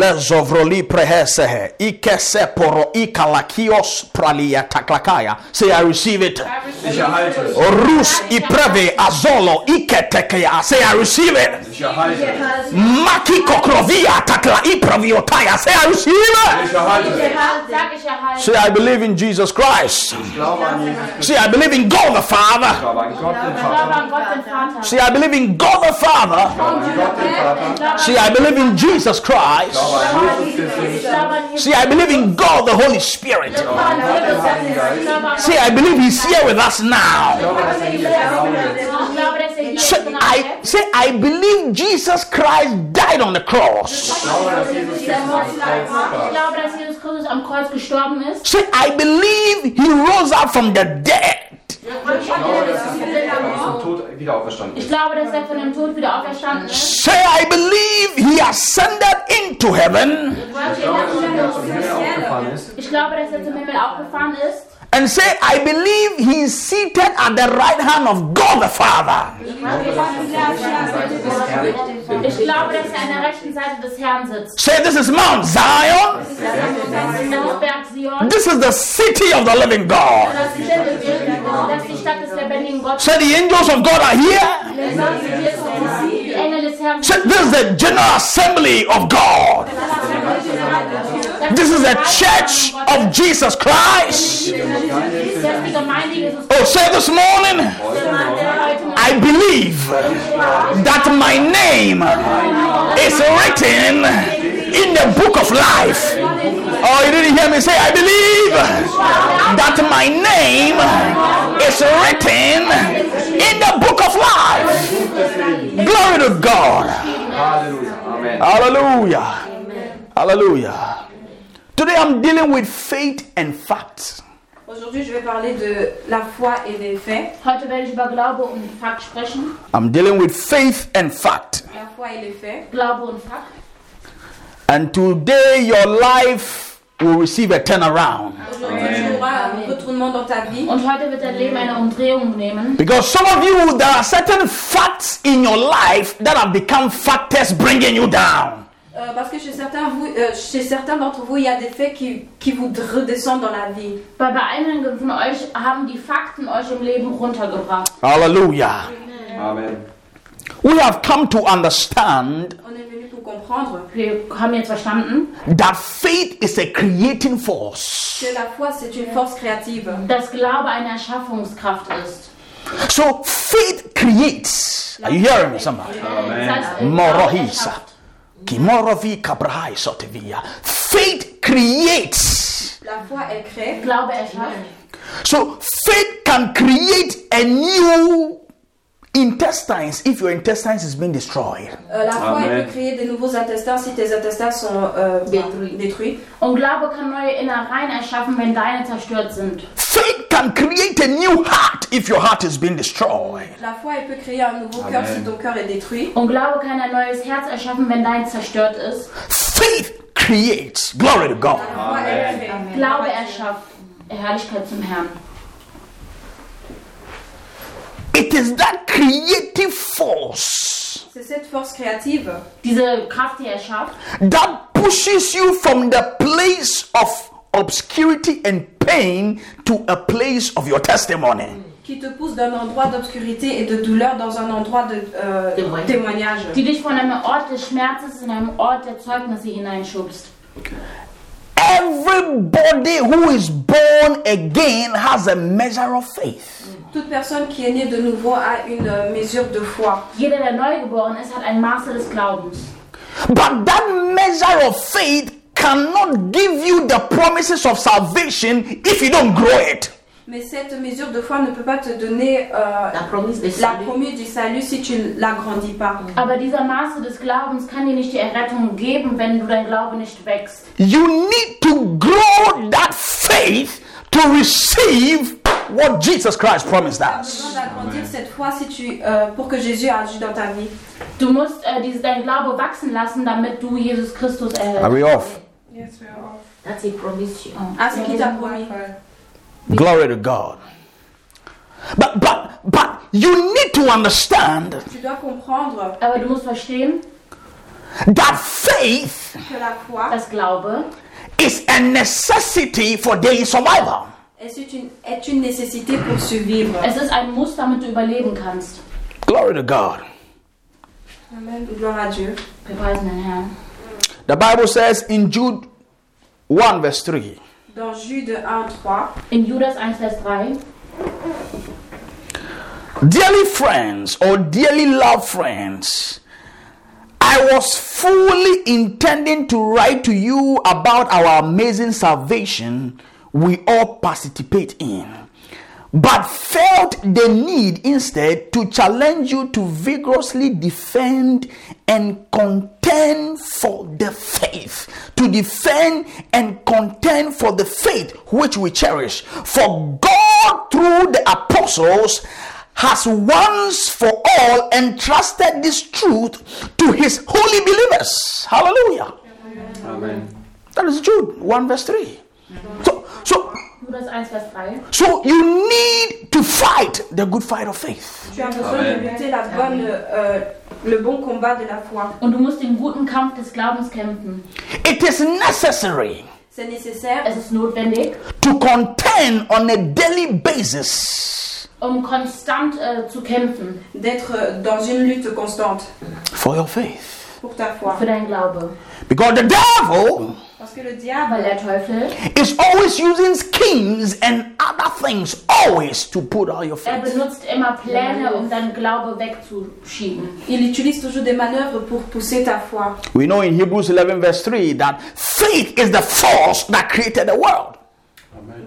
lezovroli prehesehe ikeseporo ikalakios pralia taklakaya say i receive it Ich erhalte es. rus ipreve azolo iketekea say i receive it Ich erhalte es. maki kokrovia takla ipraviotaya say i receive it Ich erhalte es. Sag ich halt. erhalte. say i believe in jesus christ Ich glaube an Jesus. Christus. say i believe in god the Ich father glaube an Gott, den Ich glaube Vater. an Gott, den Vater. say i believe in god the Ich father glaube an Gott, den Ich Vater. glaube an say i believe in jesus christ Ich glaube an Jesus, den Ich Sohn. glaube an Jesus. say i believe in god the holy spirit Ich glaube an Jesus. Ich glaube an say i believe he's here with us now Ich glaube, dass er hier im Raum ist. Ich glaube, dass er hier ist. Say, I say I believe Jesus Christ died on the cross. Ich glaube, dass Jesus Christus am Kreuz Ich war. glaube, dass Jesus Christus am Kreuz gestorben ist. Say I believe he rose up from the dead. Ich glaube, dass er aus dem Tod wieder auferstanden Ich ist. glaube, dass er von dem Tod wieder auferstanden ist. Say I believe he ascended into heaven. Ich glaube, dass er zum Himmel aufgefahren ist. Ich glaube, dass er zum Himmel aufgefahren ist. And say I believe he is seated at the right hand of God the Father. Ich glaube, dass er auf der rechten Seite des Herrn Ich glaube, dass er an der rechten Seite des Herrn sitzt. Say this is Mount Zion. Das ist das Berg Sion. This is the city of the living God. Das ist das ist die Stadt des lebendigen Gottes. Say the angels of God are here. Die Engel des Herrn Say sind this is the general assembly of God. This is the church of Jesus Christ. Das ist die Gemeinde Jesus Oh, say this morning. heute Morgen. I believe that my name is written in the book of life. Oh, you didn't hear me say, I believe that my name is written in the book of life. Glory to God. Halleluja. Amen. Hallelujah. Hallelujah. Today I'm dealing with faith and facts. Aujourd'hui, je vais parler de la foi et des faits. Heute werde ich über Glaube und Fakt sprechen. I'm dealing with faith and fact. La foi et les faits. Glaube und Fakt. And today your life will receive a turnaround. Aujourd'hui, tu auras un retournement dans ta vie. Und heute wird dein Leben eine Umdrehung nehmen. Because some of you, there are certain facts in your life that have become factors bringing you down. Euh, parce que chez certains, vous, euh, chez certains d'entre vous, il y a des faits qui, qui vous redescendent dans la vie. Weil bei einigen von euch haben die Fakten euch im Leben runtergebracht. Hallelujah. Amen. We have come to understand On est venu pour comprendre Wir haben jetzt verstanden, that faith is a creating force. que la foi, c'est une force créative. dass Glaube eine Erschaffungskraft ist. So faith creates. Are you hearing me, somebody? Das heißt, Glaube Morohisa. erschafft. Kimorovi kabrahai sotevia. Faith creates. La foi, elle crée. Glaube erschafft. So faith can create a new intestines if your intestines is being destroyed. Euh, la foi, Amen. elle peut créer des nouveaux intestins si tes intestins sont euh, Détruits. détruits. Und Glaube kann neue Innereien erschaffen, wenn deine zerstört sind. Faith can create a new heart if your heart is being destroyed. La foi, elle peut créer un nouveau cœur si ton cœur est détruit. Und Glaube kann ein neues Herz erschaffen, wenn dein zerstört ist. Faith creates. Glory to La God. foi, elle crée. Glaube erschafft Herrlichkeit zum Herrn. It is that creative force C'est cette force créative Diese Kraft, die er schafft, that pushes you from the place of obscurity and pain to a place of your testimony. qui te pousse d'un endroit d'obscurité et de douleur dans un endroit de euh, Témoignage. témoignage. die dich von einem Ort des Schmerzes in einem Ort der Zeugnisse hineinschubst. Everybody who is born again has a measure of faith. Toute personne qui est née de nouveau a une euh, mesure de foi. Jeder, der neu geboren ist, hat ein Maße des Glaubens. But that measure of faith cannot give you the promises of salvation if you don't grow it. Mais cette mesure de foi ne peut pas te donner euh, La promesse de la salut. Mm. promise du salut si tu ne l'agrandis pas. Aber dieser Maße des Glaubens kann dir nicht die Errettung geben, wenn du dein Glaube nicht wächst. You need to grow that faith to receive what Jesus Christ promised Tu us. dois agrandir cette foi si tu, euh, pour que Jésus agisse dans ta vie. Du musst äh, dieses, dein Glaube wachsen lassen, damit du Jesus Christus Are erhältst. Oh. we off? That's a promise you. À ce qu'il t'a promis. Glory to God. But but but you need to understand Tu dois comprendre Aber du musst verstehen, that faith que la foi Das Glaube is a necessity for daily survival. est une, est une nécessité pour survivre. Es ist ein Muss, damit du überleben kannst. Glory to God. Amen. Gloire à Dieu. Wir preisen den Herrn. The Bible says in Jude 1, verse 3 Dans Jude 1, 3, In Judas 1, Vers 3. Dearly friends, or dearly loved friends, I was fully intending to write to you about our amazing salvation we all participate in, but felt the need instead to challenge you to vigorously defend and contend for the faith, to defend and contend for the faith which we cherish. For God, through the apostles, has once for all entrusted this truth to his holy believers. Hallelujah. Amen. That is Jude 1 verse 3. So, so, Judas 1, Vers 3. so you need to fight the good fight of faith. tu as besoin Amen. de lutter la bonne, euh, le bon combat de la foi. Und du musst den guten Kampf des Glaubens kämpfen. It is necessary C'est nécessaire Es ist notwendig, to contend on a daily basis um konstant äh, zu kämpfen d'être dans une lutte constante for your faith. pour ta foi. für deinen Glaube. Because the devil Parce que le diable Weil der Teufel, is always using schemes and other things always to put out your er faith. benutzt immer Pläne, um deinen Glaube wegzuschieben. Il utilise toujours des manœuvres pour pousser ta foi. We know in Hebrews 11, verse 3, that faith is the force that created the world.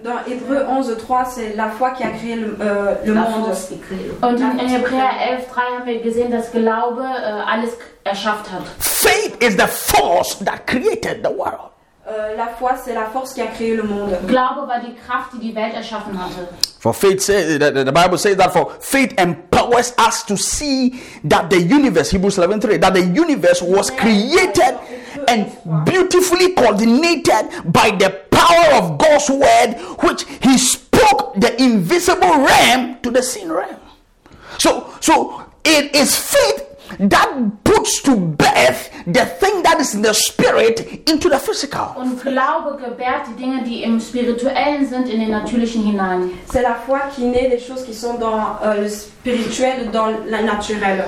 Dans Hébreu 11, 3, c'est la foi qui a créé le, euh, le La monde. force qui crée le- Und in Hebräer 11,3 haben wir gesehen, dass Glaube äh, alles erschafft hat. Faith is the force that created the world. Euh, la foi, c'est la force qui a créé le monde. Glaube war die Kraft, die die Welt erschaffen hatte. For faith says the, the- the Bible says that for faith empowers us to see that the universe, Hebrews 11 3, that the universe was created and beautifully coordinated by the power of God's word, which he spoke the invisible realm to the seen realm. So so it is faith that puts to birth the thing that is in the spirit into the physical. Und Glaube gebärt die Dinge, die im Spirituellen sind, in den Natürlichen hinein. C'est la foi qui naît des choses qui sont dans euh, le spirituel, dans la naturelle.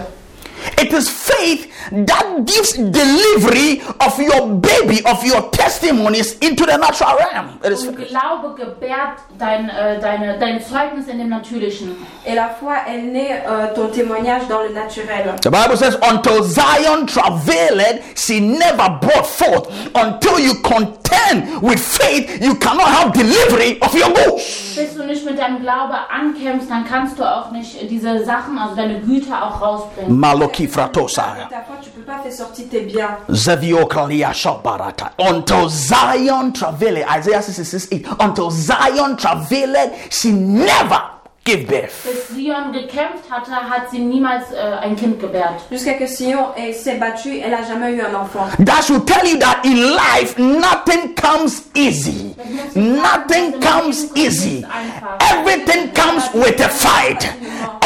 It is faith that gives delivery of your baby, of your testimonies into the natural realm. It is Und faith. Glaube gebärt dein, äh, deine, dein Zeugnis in dem Natürlichen. Et la foi, elle naît euh, ton témoignage dans le naturel. The Bible says, until Zion travailed, she never brought forth. Until you contend with faith, you cannot have delivery of your goods. Bis du nicht mit deinem Glaube ankämpfst, dann kannst du auch nicht diese Sachen, also deine Güter auch rausbringen. Maloki Avec fratosaya. ta foi, tu peux pas faire sortir tes biens. Zevio kalia shabarata. Until Zion travailed, Isaiah 66 8. Until Zion travailed, she never gave birth. Bis Sion gekämpft hatte, hat sie niemals äh, ein Kind gebärt. Jusqu'à que Sion elle s'est battue, elle a jamais eu un enfant. That should tell you that in life, nothing comes easy. Nothing comes easy. Everything comes with a fight.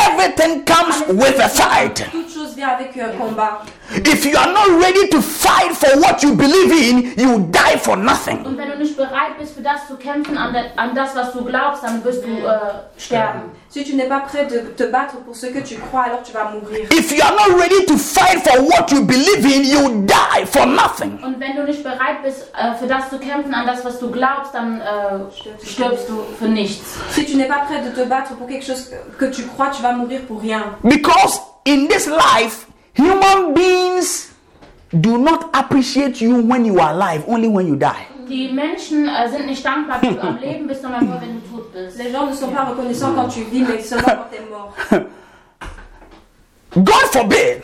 Everything comes with a fight. Toute chose vient avec un combat. If you are not ready to fight for what you believe in, you will die for nothing. Und wenn du nicht bereit bist, für das zu kämpfen, an, de, an das, was du glaubst, dann wirst du äh, sterben. Si tu n'es pas prêt de te battre pour ce que tu crois, alors tu vas mourir. If you are not ready to fight for what you believe in, you will die for nothing. Und wenn du nicht bereit bist, äh, für das zu kämpfen, an das, was du glaubst, dann äh, stirbst du für nichts. Si tu n'es pas prêt de te battre pour quelque chose que tu crois, tu vas mourir pour rien. Because in this life, human beings do not appreciate you when you are alive, only when you die. Die Menschen äh, sind nicht dankbar, wenn du am Leben bist, sondern nur, wenn du tot bist. Les gens ne sont pas reconnaissants quand tu vis, mais seulement quand tu es mort. God forbid.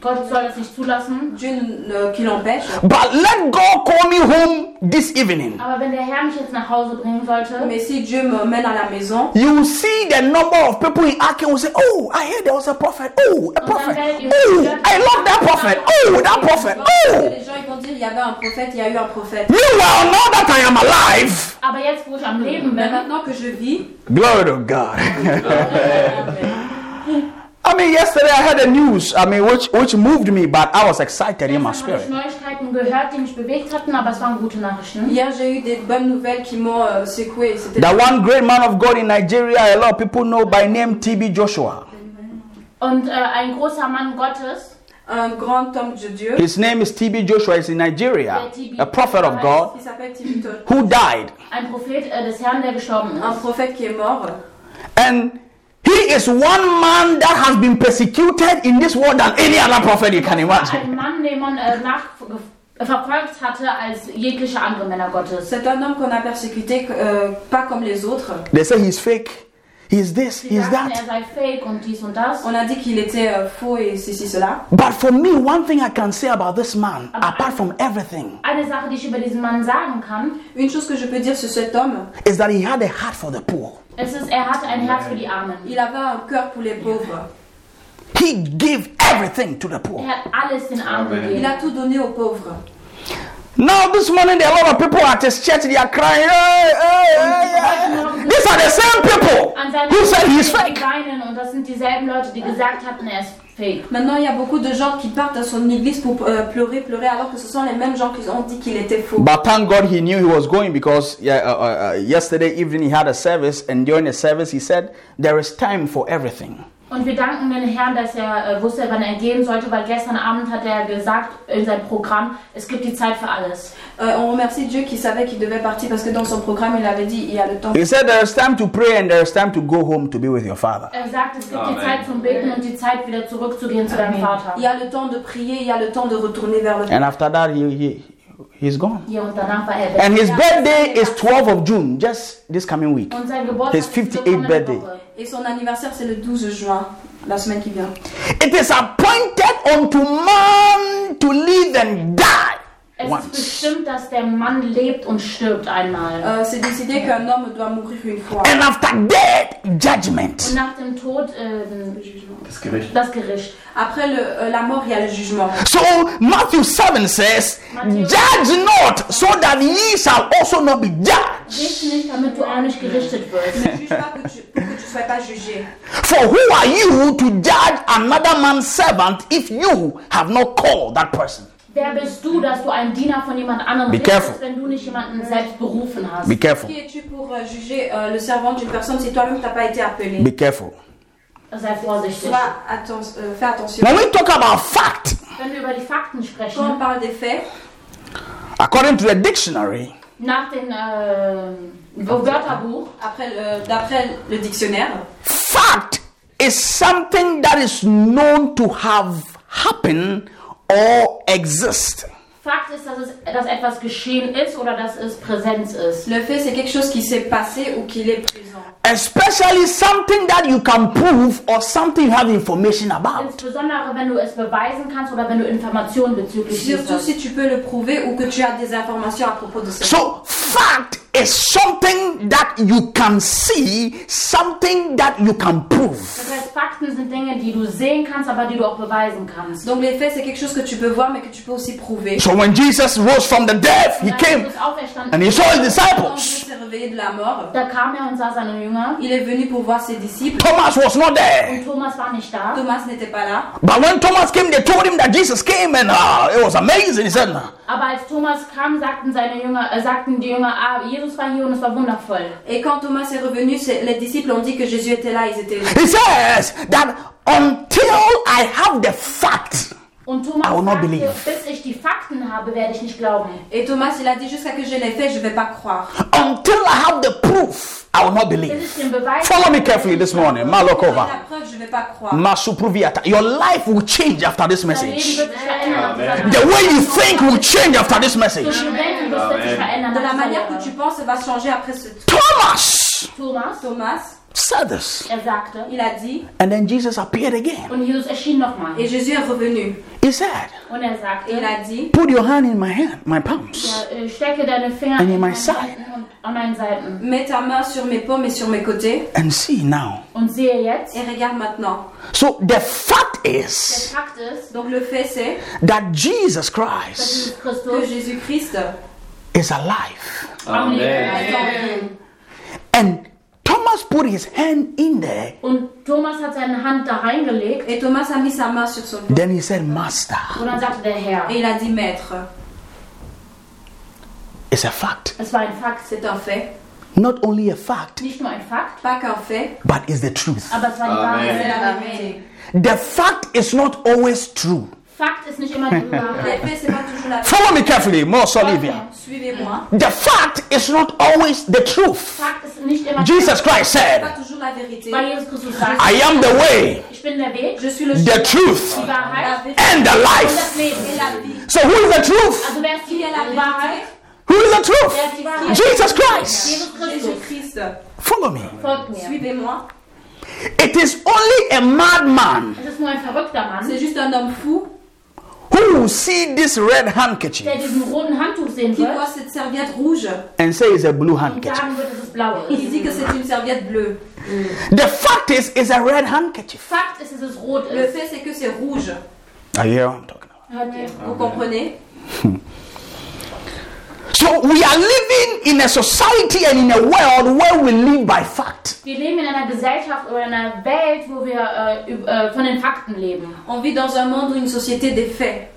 Gott soll das nicht zulassen. Dieu ne- ne- qui l'empêche. But let God call me home this evening. Aber wenn der Herr mich jetzt nach Hause bringen sollte, Mais si Dieu me mène à la maison, You will see the number of people in Achan will say, Oh, I heard there was a prophet. Oh, a prophet. Oh, I love that prophet. Oh, that prophet. Oh. les gens ils vont dire il y avait un prophète, il y a eu un prophète. Meanwhile, now that I am alive, aber jetzt, wo ich am Mm-hmm. Leben Mais bin, maintenant que je vis, glory to God. I mean, yesterday I heard the news. I mean, which which moved me, but I was excited in my Gestern habe ich spirit. Neuigkeiten gehört, die mich bewegt hatten, aber es waren gute Nachrichten. Hier, j'ai eu des bonnes nouvelles qui m'ont euh, secoué. C'était That one great man of God in Nigeria, a lot of people know by name TB Joshua. Und äh, ein großer Mann Gottes, un grand homme de Dieu. His name is TB Joshua. He's in Nigeria, a prophet of God Il s'appelle Tibito. who died, ein Prophet äh, des Herrn, der gestorben Un ist. prophète qui est mort. and he is one man that has been persecuted in this world than any other prophet you can imagine. Ein Mann, den man äh, nach, äh, verfolgt hatte als jegliche andere Männer Gottes. C'est un homme qu'on a persécuté, euh, pas comme les autres. They say he's fake. He's this. Sie He's sagten, er that. sei fake und dies und das. On a dit qu'il était euh, faux et ceci, cela. But for me, one thing I can say about this man, apart from everything, Eine Sache, die ich über diesen Mann sagen kann, Une chose que je peux dire sur cet homme, is that he had a heart for the poor. es ist, er hatte ein Herz für die Armen. il avait un cœur pour les pauvres. He gave everything to the Er poor. hat alles den Armen Amen. Il gegeben. a tout donné aux pauvres. Now this morning, there are a lot of people at his church. They are crying. "Hey, hey, hey, hey." These are the same people An seinen who said he's Kindern fake. weinen und das sind dieselben Leute, die gesagt hatten, er ist fake. Maintenant, il y a beaucoup de gens qui partent à son église pour euh, pleurer, pleurer, alors que ce sont les mêmes gens qui ont dit qu'il était faux. But thank God he knew he was going because yeah, uh, uh, uh, yesterday evening he had a service, and during the service he said, "There is time for everything." Und wir danken dem Herrn, dass er äh, wusste, wann er gehen sollte, weil gestern Abend hat er gesagt in seinem Programm, es gibt die Zeit für alles. Euh, on remercie Dieu qui savait qu'il devait partir parce que dans son programme, il avait dit il y a le temps. He said, "There is time to pray, and there is time to go home to be with your father." Er sagt, es gibt Amen. die Zeit zum Beten und die Zeit wieder zurückzugehen zu deinem Vater. Il y a le temps de prier, il y a le temps de retourner vers le And after that, he, he he's gone. Hier und danach war er And weg. his birthday is 12th of June, just this coming week. Und sein Geburtstag His ist nur 58th kommende birthday. Woche. Et son anniversaire, c'est le 12 juin, la semaine qui vient. It is appointed unto man to live and die Es ist once. bestimmt, dass der Mann lebt und stirbt einmal. Euh, c'est décidé qu'un homme doit mourir une fois. And after death, Und judgment. nach dem Tod ähm, Das Gericht. das Gericht. Après le- euh, la mort, il y a le jugement. So Matthew 7 says, Matthew- Judge not, so that ye shall also not be judged. Richte nicht, damit du auch nicht gerichtet wirst. Ne juge pas que tu- pour que tu ne sois pas jugé. For who are you to judge another man's servant if you have not called that person? Wer bist du, dass du ein Diener von jemand anderem Be bist, careful. wenn du nicht jemanden selbst berufen hast? Be careful. Qui es-tu pour euh, juger euh, le servant d'une personne si toi-même t'as pas été appelé Be careful. Sei vorsichtig. Sois atten- euh, Fais attention. When we talk about fact, Wenn wir über die Fakten Quand on sprechen, parle des faits, according to the dictionary, nach dem äh, Wörterbuch, après le- d'après le dictionnaire, Fact is something that is known to have happened or exist. Fakt ist, dass, es, dass etwas geschehen ist oder dass es Präsenz ist. le fait, c'est quelque chose qui s'est passé ou qui est présent. Especially something that you can prove or something you have information about. Insbesondere, wenn du es beweisen kannst oder wenn du Informationen bezüglich dies Surtout hast. si tu peux le prouver ou que tu as des informations à propos de ça. So, fact is something that you can see, something that you can prove. Das heißt, Fakten sind Dinge, die du sehen kannst, aber die du auch beweisen kannst. Donc les faits, c'est quelque chose que tu peux voir, mais que tu peux aussi prouver. So, when Jesus rose from the dead, he Als came Jesus auferstanden and he saw his Quand disciples. Jésus s'est réveillé de la mort, Da kam er und sah seine Jünger. il est venu pour voir ses disciples. Thomas was not there. Und Thomas war nicht da. Thomas n'était pas là. But when Thomas came, they told him that Jesus came and uh, it was amazing. He said, "Nah." Aber als Thomas kam, sagten seine Jünger, äh, sagten die Jünger, ah, Jesus war hier und es war wundervoll. Et quand Thomas est revenu, c'est- les disciples ont dit que Jésus était là, ils étaient He says that until I have the fact, Und Thomas I will not sagte, believe. bis ich die Fakten habe, werde ich nicht glauben. Et Thomas, il a dit jusqu'à que je l'ai fait, je vais pas croire. until I have the proof, I will not Bis ich believe. den Beweis Follow me carefully this morning. La Malokova. preuve, je vais pas croire. Masupruviata. Your life will change after this Dein Leben message. wird sich verändern. Amen. The way you think will change after this message. Durch die Welt wird sich Amen. verändern. De la nach dieser manière que tu Lehre. penses va changer après ce Thomas Thomas, Thomas, said this. er sagte, il a dit, And then Jesus appeared again. und Jesus erschien nochmal. et Jésus est revenu. He said, Und er sagte, Et il a dit, Put your hand in my hand, my palms. ja, äh, stecke deine Finger And in an my meine side. Seiten und an meinen Seiten. mets ta main sur mes paumes et sur mes côtés, And see now. Und sehe jetzt, et regarde maintenant. So the fact der is Fakt ist, Donc le fait, c'est that Jesus dass Christ Jesus que Christus Jésus-Christ is alive. am Leben Amen. ist. est en vie. And Thomas Thomas put his hand in there. Und Thomas hat seine Hand da reingelegt Et Thomas a mis sa main sur son ventre. Then he said, Master, und dann sagte der Herr, Et il a dit Maître, it's a fact. es war ein Fakt. c'est un fait. Not only a fact, Nicht nur ein Fakt, Pas qu'un fait, but it's the truth. aber es war die c'est Wahrheit. la vérité. The fact is not always true. Fakt ist nicht immer die Les Wahrheit. faits, c'est pas toujours la vérité. Follow me carefully, Moss Olivia. Suivez-moi. The fact is not always the truth. Fakt ist nicht immer die Jesus Christ Pas said, toujours la vérité. Weil Jesus Christus sagt, I am the way, ich bin der Weg, Je suis le the chemin, truth, die la Wahrheit vérité and the und das life. et Leben. la vie. So who is the truth? Also wer ist die Qui est la Wahrheit? vérité Who is the Wer truth? ist die Wahrheit? Jesus Christ. Jesus Christus. Jésus-Christ, Follow me. Folgt mir. suivez-moi. It is only a madman Es ist nur ein verrückter Mann, C'est juste un homme fou who will see this red der handkerchief diesen roten Handtuch sehen qui wird voit cette serviette rouge. and say it's a blue und handkerchief. sagen wird, dass es blau Il ist. dit que c'est une serviette bleue. The fact is, it's a red handkerchief. Fakt ist, dass es rot Le ist. fait, c'est que c'est rouge. I hear what I'm talking about. Hört ihr? Vous comprenez So we are living in a society and in a world where we live by fact. Wir leben in einer Gesellschaft oder in einer Welt, wo wir äh, üb- äh, von den Fakten leben. On vit dans un monde ou une société des faits.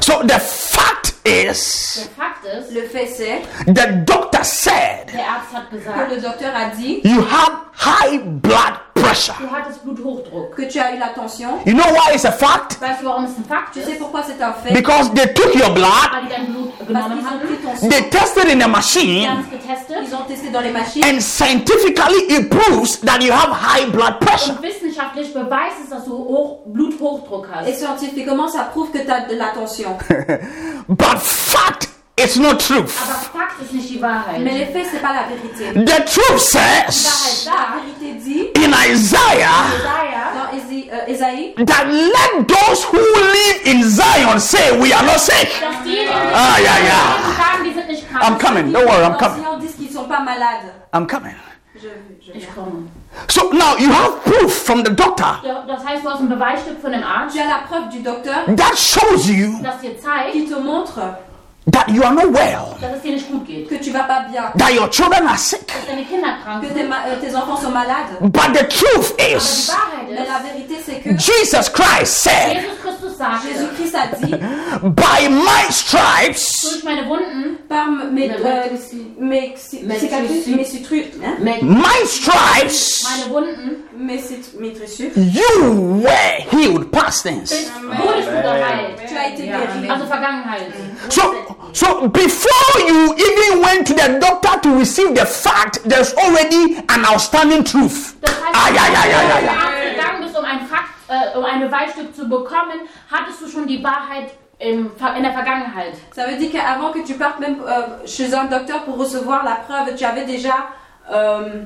So the fact is, Der Fakt ist, Le fait, c'est the doctor said der Arzt hat que gesagt, le docteur a dit you have high blood pressure. du hattest Bluthochdruck. que tu as eu la tension. You know why it's a fact? Weißt du, warum es ein Fakt Tu ist? sais pourquoi c'est un fait Because they took your blood, Weil die dein Blut Parce genommen qu'ils ont haben. pris ton sang, they tested in a Die machine, haben es getestet ils ont testé dans les machines. and scientifically it proves that you have high blood pressure. und wissenschaftlich beweist es, dass du hoch Bluthochdruck Et hast. scientifiquement, ça prouve que tu as de la tension. But fact is not truth. Aber Fakt ist nicht die Wahrheit. Mais Die les faits, c'est pas la vérité. The truth Wahrheit says La sagt, vérité dit in Isaiah Jesaja, dans Ési- euh, Ésaïe that let those who live in Zion say we are not sick. dass diejenigen, Ah, ja, ja. die sagen, die sind nicht I'm krank. coming. Don't worry, I'm Dans coming. Sion disent qu'ils sont pas malades. I'm coming. Je, je- Ich komme. So now you have proof from the doctor Ja, Das heißt, du hast ein Beweisstück von dem Arzt, Tu as la preuve du docteur that shows you das dir zeigt, qui te montre that you are not well, dass es dir nicht gut geht. que tu vas pas bien, that your children are sick. Dass deine Kinder krank que sind. tes, ma- euh, tes enfants sont malades. But the truth Aber die is, Wahrheit Mais la ist, vérité, c'est que Jesus Christ said, Jesus Christus sagte, Jésus-Christ a dit by my stripes, durch meine Wunden, par m- mes, Mais euh, aussi. mes ci- Mais cicatrices, tu- mes citrus- hein, Mais my stripes, meine Wunden, mes cit- mes tressures, you were healed. Past tense. bist, wurdest du geheilt. tu as été guéri. Also Vergangenheit. So, so before you even went to the doctor to receive the fact, there's already an outstanding truth. Das heißt, Ah, ja, ja, ja, ja, wenn du ja. zum Arzt gegangen bist, um ein Fakt, äh, um ein Beweisstück zu bekommen, hattest du schon die Wahrheit im, Ver- in der Vergangenheit. Ça veut dire qu'avant que tu partes même euh, chez un docteur pour recevoir la preuve, tu avais déjà euh,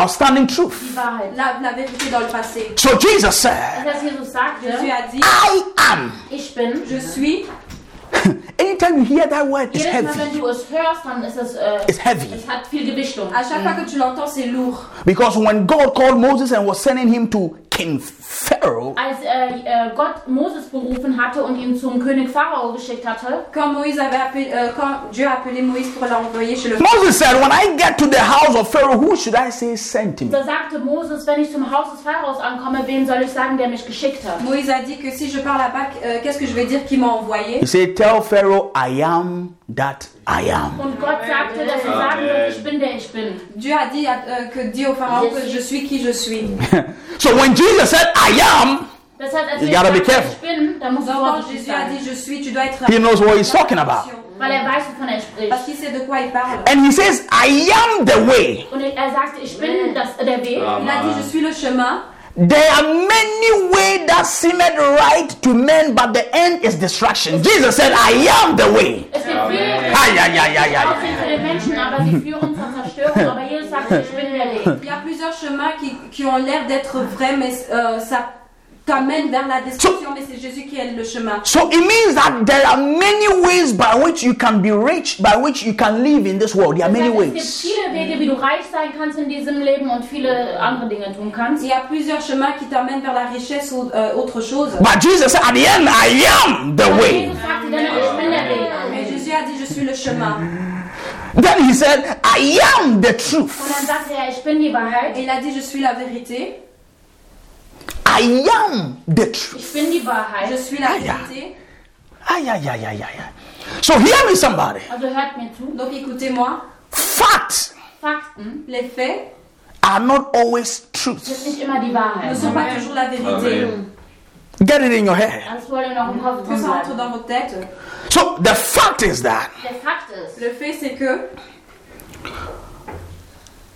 Outstanding truth. Die Wahrheit. la, la vérité dans le passé. So Jesus said, Das heißt, Jesus Jésus sagte, a dit I am. ich bin. Je suis. Anytime you hear that word, it's Jedes Mal, wenn heavy. du es hörst, dann ist es, äh, It's heavy. es hat viel Gewichtung. À chaque fois que tu l'entends, c'est lourd. Because when God called Moses and was sending him to King Pharaoh, Als äh, äh, Gott Moses berufen hatte und ihn zum König Pharao geschickt hatte, Quand Moïse avait appelé, euh, quand Dieu a appelé Moïse pour l'envoyer chez le Moses said, When I get to the house of Pharaoh, who should I say sent me? da sagte Moses, wenn ich zum Haus des Pharaos ankomme, wen soll ich sagen, der mich geschickt hat? Moïse a dit que si je pars là-bas, euh, qu'est-ce que je vais dire qui m'a envoyé He said, Tell Pharaoh, I am that I am. Und Gott sagte, dass er sagen wird, ich bin der ich bin. Dieu a dit à- euh, que dit au pharaon que je suis qui je suis. So when Jesus said, I Das heißt, als You wir gotta sagen, be careful. ich bin, dann musst du Donc quand vorsichtig Jésus a sein. dit je suis, tu dois être. am, he knows what he's talking about. Weil er weiß, wovon er spricht. Parce qu'il sait de quoi il parle. And he says, I am the way. Und er sagte, ich bin das, der Weg. Il a dit je suis le chemin. There are many ways that seemed right to men, but the end is destruction. Jesus said, I am the way. Es gibt viele Wege, Ay, ay, ay, ay, die ay, ay. aussehen für den Menschen, aber sie führen zur Zerstörung. Aber Jesus sagte, ich bin der Weg. Il y a plusieurs chemins qui, qui ont l'air d'être vrais, mais euh, ça t'amène vers la destruction. Mais c'est Jésus qui est le chemin. So it means that there are many ways by which you can be rich, by which you can live in this world. There are Das many heißt, es ways. gibt viele Wege, wie du reich sein kannst in diesem Leben und viele andere Dinge tun Il kannst. y a plusieurs chemins qui t'amènent vers la richesse ou euh, autre chose. But Jesus said, At the end, I am the Aber way. Jesus sagte dann, ich bin der Weg. Mais Jésus a dit je suis le chemin. Then he said, I am the truth. Und dann sagte er, ich bin die Wahrheit. Et il a dit, je suis la vérité, I am the truth. Ich bin die je Wahrheit. suis la Ah, ja. vérité. Ay, ay, ay, ay, ay, ay. So hear me, somebody. Also hört mir zu. Donc écoutez-moi, Facts Fakten les faits are not always truth. sind nicht immer die ne Wahrheit. sont pas toujours la vérité. Get it in your head. Das wollte noch im Kopf Que drin ça rentre sein. dans vos têtes. So the fact is that Der Fakt ist, Le fait, c'est que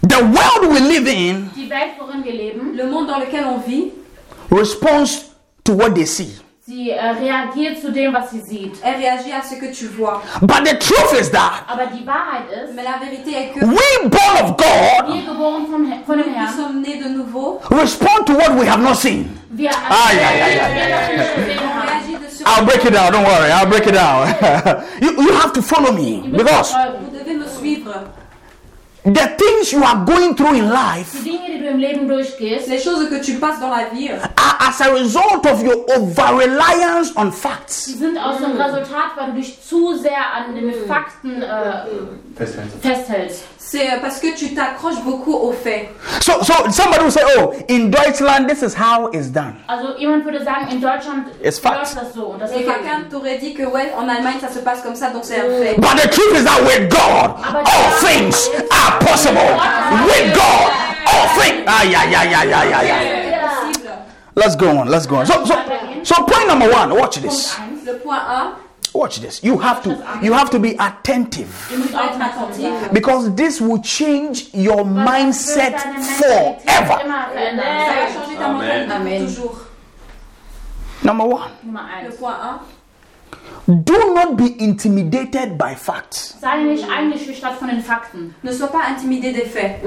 the world we live in die Welt, worin wir leben, le monde dans lequel on vit, responds to what they see. sie äh, reagiert zu dem, was sie sieht. elle réagit à ce que tu vois. But the truth is that Aber die Wahrheit ist, Mais la vérité est que we, born of God, wir geboren von, He- von dem nous Herrn, sommes nés de nouveau. respond to what we have not seen. wir Ah, ja, ja, ja, ja, On haben. réagit de ce I'll break it down. Don't worry. I'll break it down. you, you have to follow me Ihr müsst uns because folgen. Vous devez me suivre. the things you are going through in life Die Dinge, die du im Leben durchgehst, Les choses que tu passes dans la vie are as a result of your over reliance on die facts. sind aus dem Resultat, weil du dich zu sehr an den Fakten äh, Festhalten. festhältst. C'est euh, parce que tu t'accroches beaucoup aux faits. So, so somebody will say, "Oh, in Deutschland, this is how it's done." Also jemand würde sagen, in Deutschland Ist Fakt. läuft das so und das Et ist quelqu'un t'aurait dit que ouais, en Allemagne ça se passe comme ça, donc c'est un fait. But the truth is that with God, all things are possible. With God, all things. Ah, yeah, yeah, yeah, yeah, yeah, yeah. C'est possible. Let's go on. Let's go on. So, so, so point number one. Watch this. Punkt 1. Le point A, Watch this. You have to. You have to be attentive. Ihr müsst faut être aufmerksam attentif. sein. Because this will change your Weil mindset sonst wird deine Mentalität forever. Immer Äh, verändern. Ça va changer ta Amen. mentalité pour toujours. Number one, Nummer Le 1. point A. do not be intimidated by facts. Sei nicht eingeschüchtert von den Fakten. Ne sois pas intimidé des faits.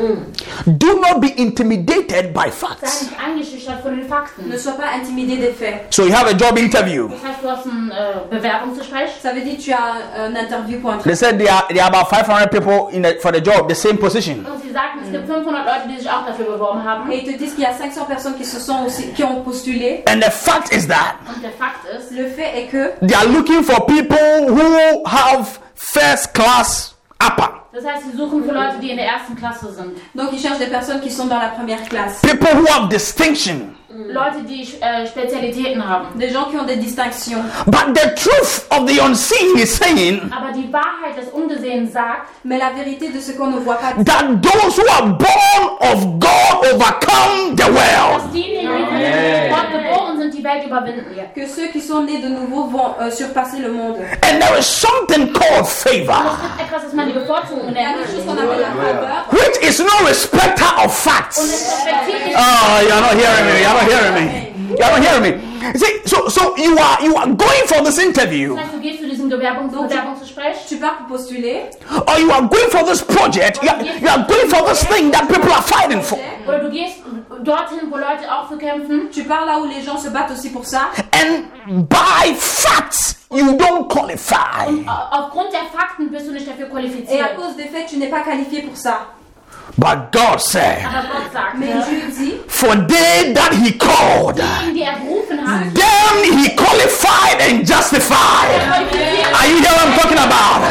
Do not be intimidated by Sei facts. nicht eingeschüchtert von den Fakten. Ne sois pas intimidé des faits. So you have a job interview. Das heißt, du hast ein äh, Bewerbungsgespräch. Ça veut dire que tu as euh, un interview pour un They travail. said there are, there are about 500 people in the, for the job, the same position. Und sie sagten, es gibt 500 Leute, die sich auch dafür beworben haben. Et ils te disent qu'il y a 500 personnes qui se sont aussi, qui ont postulé. And the fact is that Und der Fakt ist, Le fait est que they are looking for people who have first class upper. das heißt, sie suchen für Leute, die in der ersten Klasse sind. donc ils cherchent des personnes qui sont dans la première classe, People who have distinction. Leute, die äh, Spezialitäten haben. des gens qui ont des distinctions. But the truth of the unseen is saying Aber die Wahrheit des Ungesehenen sagt, Mais la vérité de ce qu'on ne voit pas, that those who are born of God overcome the world. dass diejenigen, die dort geboren sind, die Welt überwinden. que ceux qui sont nés de nouveau vont euh, surpasser le monde. And there is something called favor, Es gibt etwas, das man die Bevorzugung Il y a nennt. quelque chose qu'on appelle la faveur. which is no respecter of Und facts. es respektiert nicht Oh, you're not hearing me. You're not hearing me. You're not hearing me. See, so so you are you are going for this interview, Das heißt, du gehst zu diesem Bewerbungs Bewerbungsgespräch Tu pars pour postuler, or you are going for this project. You are, you are going for this thing that people are fighting for, oder du gehst dorthin, wo Leute auch für kämpfen tu pars là où les gens se battent aussi pour ça. and by facts you don't qualify. und au- aufgrund der Fakten bist du nicht dafür Et à qualifiziert. cause des faits, tu n'es pas qualifié pour ça. But God said, Aber Gott sagt, Mais ne? Dieu dit, for they that He called, diejenigen, die er berufen hat, them He qualified and justified. qualifiziert. Are you hearing what I'm talking about?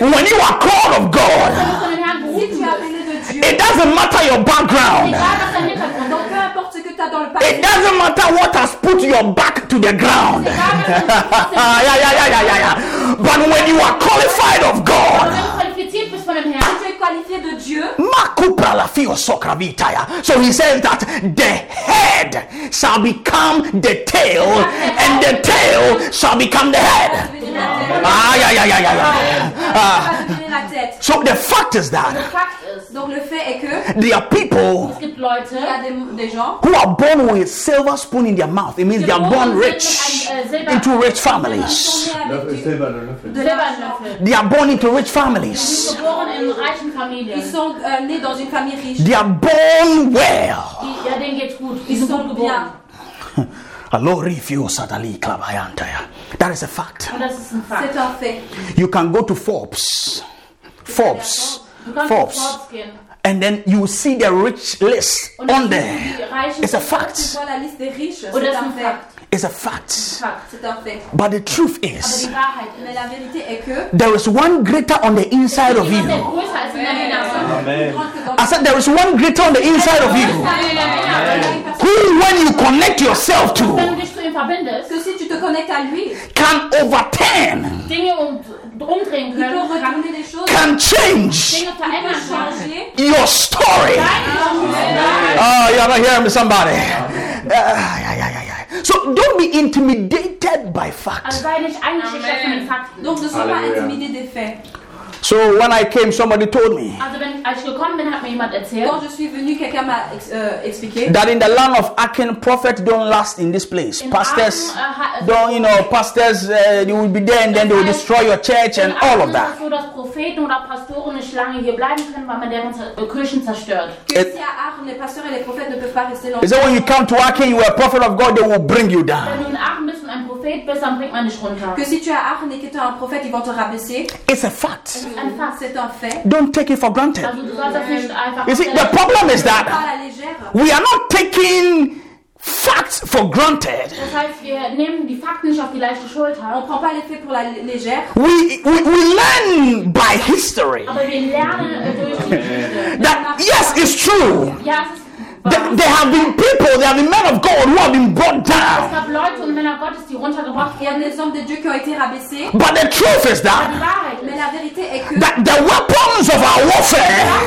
When you are called of God, Wenn du von dem Herrn si berufen tu es bist, appelé de Dieu, it doesn't matter your background. egal was dein Hintergrund donc ist, peu importe ce que tu as dans le It passé, doesn't matter what has put your back to the ground. Ah, yeah, yeah, yeah, yeah, yeah, yeah. But when you are qualified of wenn God, du qualifiziert bist von dem Herrn, tu es qualifié de Dieu. Makupa lafio sokravitaya. so he says that the head shall become the tail, and the tail shall become the Ça head. veut dire la tête. Ah, yeah, yeah, yeah, yeah, yeah. Ça Ah, va devenir la tête. so the fact is that Fakt ist, Donc le fait est que there are people es gibt il y a Leute, des, des gens who are born with silver spoon in their mouth. It means they are born rich into rich qui families. sont nés avec du- de die l'argent. Silbernlöffel, They are born into rich die families. sind geboren in reichen Ils Familien, sont euh, nés dans une famille riche. They are born well. die, ja denen geht's gut, die Ils sind sont gut geboren. bien. Alori fio sadali klabayantaya. That is a fact. Und das ist ein Fakt. C'est un fait. You can go to Forbes. Forbes. Du Forbes. kannst Forbes. Forbes gehen. and then you see the rich list Und on dann siehst du there. die Reichen. It's a Tu fact. vois la liste des riches, c'est Und das ist un ein fait. Fakt. It's a fact. Fakt. C'est un fait. ah, But the truth Aber is, die Wahrheit Mais ist, la vérité est que, there is one greater on the inside of jemand, der you. größer ist in deinem Inneren. plus grande que dans I said there is one greater on the inside of you. Größer in deinem Inneren. Who, when you connect yourself to, Wenn du dich zu ihm verbindest, que si tu te connectes à lui, can overturn, Dinge um, umdrehen il peut können, kann retourner les choses, can change Dinge il peut verändern können. changer. your story. Oh, you're not hearing me, somebody. Ah, yeah, yeah, yeah, yeah. So don't be intimidated by Also fact. sei nicht eingeschüchtert von den Fakten. Donc ne sois pas Alléluia. intimidé des faits. So when I came, somebody told me Also wenn, als ich gekommen bin, hat mir jemand erzählt, Quand je suis venu, quelqu'un m'a ex- euh, expliqué that in the land of Aken, prophets don't last in this place. in Pastors Aachen, äh, ha- don't, you know, pastors, uh, they will be there and then they will destroy your church in and all Aachen of ist es that. so, dass Propheten oder Pastoren nicht lange hier bleiben können, weil man deren Z- äh, Kirchen zerstört. que Et- si à Arles, les pasteurs et les prophètes ne peuvent pas rester He longtemps. said, when you come to Aken, you are a prophet of God, they will bring you Wenn down. du in Also Aachen bist und ein Prophet bist, dann bringt man dich runter. Que si tu es à Arles et que tu es un prophète, ils vont te rabaisser. It's a fact. Ein Fakt. C'est un fait. Don't take it for granted. Also du sollst das nicht einfach... You see, the problem is Pas that à la légère. we are not taking facts for granted. Das heißt, wir nehmen die Fakten nicht auf die leichte On Schulter, prend pas les faits pour la légère. We, we, we learn by history aber wir lernen äh, durch die Geschichte. that, yes, it's true. Ja, es ist That wahr. there have been people, there have been men of God who have been brought Es down. gab Leute und Männer Gottes, die runtergebracht Il y a des hommes de Dieu qui ont été rabaissés. But the truth is Die that, Wahrheit Mais ist. la vérité est que that the weapons of our warfare,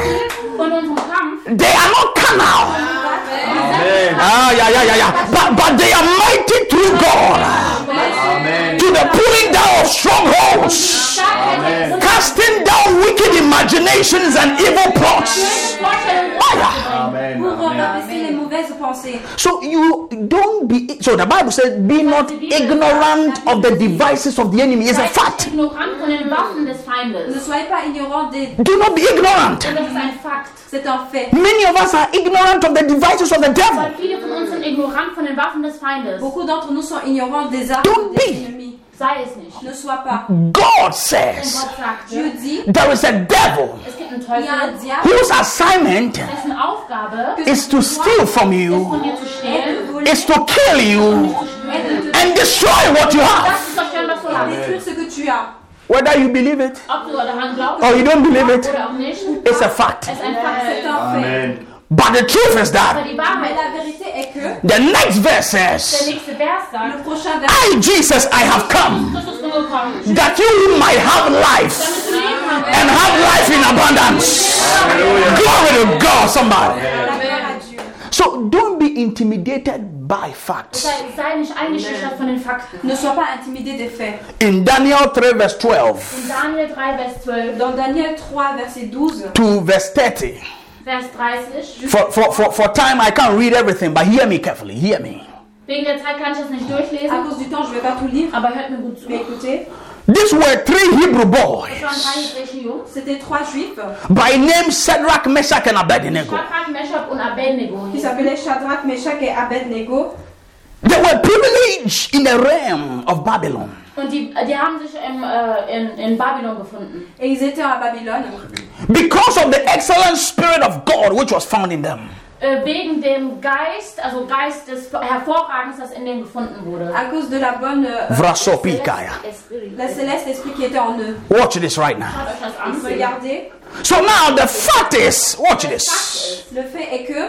Und unserem Kampf they are not carnal. Ah, yeah, yeah, yeah, yeah. But, but they are mighty through God to the pulling down of strongholds, Starkheit und casting down wicked imaginations and evil plots. Vorstellung Ah, yeah. Amen. pour Amen. rabaisser les mauvaises pensées. So you don't be. So the Bible says, "Be not ignorant of the devices of the enemy." It's a fact. ignorant von den Waffen des Ne Feindes. soyez pas ignorants des... Do not be ignorant. Und das ist ein Fakt. C'est un fait. Many of us are ignorant of the devices of the devil. Weil viele von uns sind ignorant von den Waffen des Feindes. Beaucoup d'entre nous sont ignorants des armes Don't des be. ennemis. Sei es nicht. Ne sois pas. God Denn says Gott sagt, Dieu dit, there is a devil es gibt einen il y a un Teufel, diable whose assignment dessen Aufgabe is to steal from you, von dir zu et de stehlen, voler is to kill you, et de and destroy what you have. das zu zerstören, was du te hast. détruire ce que tu as. Whether you believe it Ob du daran glaubst or Oh, you don't believe it, oder auch nicht, es it's a fact. ist ein Fakt. C'est un fait. Amen. But the truth is Aber that die Ah, Mais Wahrheit, la vérité est que the next verse der says, nächste Vers sagt, le prochain verset, I, Jesus, I have come Christus nur gekommen, that you might have life damit du leben kannst. and have life in abundance. Glory to God, somebody. la gloire à Dieu. So don't be intimidated by facts. Sei, sei nicht eingeschüchtert von den Fakten. Ne sois pas intimidé des faits. In Daniel 3, verse 12 In Daniel 3, Vers 12, Dans Daniel 3, verset 12, to verse 30. Vers 30, For, for, for, for time, I can't read everything, but hear me carefully. Hear me. wegen der Zeit kann ich das nicht à durchlesen, cause du temps, je ne vais pas tout lire. aber hört mir gut zu. Mais écoutez, These were three Hebrew Es waren boys drei hebräische Jungs, c'était trois juifs by name Shadrach, Meshach, and Abednego. Shadrach, Meshach und Abednego. qui s'appelaient Shadrach, Meshach et Abednego. They were privileged in the realm of Babylon. Und die, die haben sich im, äh, in, in Babylon gefunden, Et ils étaient à Babylone Because of the excellent spirit of God which was found in them. äh, wegen dem Geist, also Geist des Hervorragens, das in denen gefunden wurde. à cause de la bonne, euh, Vrasopikaya. la céleste esprit qui était en eux. Watch this right now. Schaut euch das an. Regardez, So now the fact is, watch this. le fait est que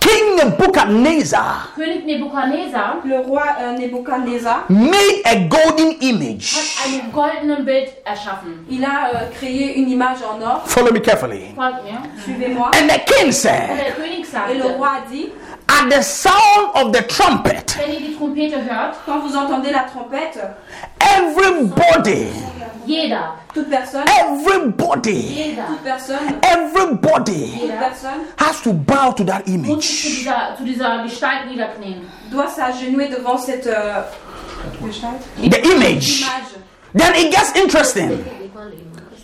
King Nebuchadnezzar König Nebuchadnezzar le roi euh, Nebuchadnezzar, made a golden image. hat einen goldenen Bild erschaffen. il a euh, créé une image en or. Follow me carefully. Folgt mir. Suivez-moi. And the king Und said, der König Et le sagte, roi a dit, At the sound of the trumpet, wenn ihr die Trompete hört, quand vous entendez la trompette, everybody, jeder, toute personne, everybody, jeder toute personne, everybody toute personne has to bow to that muss sich zu image. dieser, zu dieser Gestalt niederknien. doit s'agenouiller devant cette euh, The image. image. Then it gets interesting.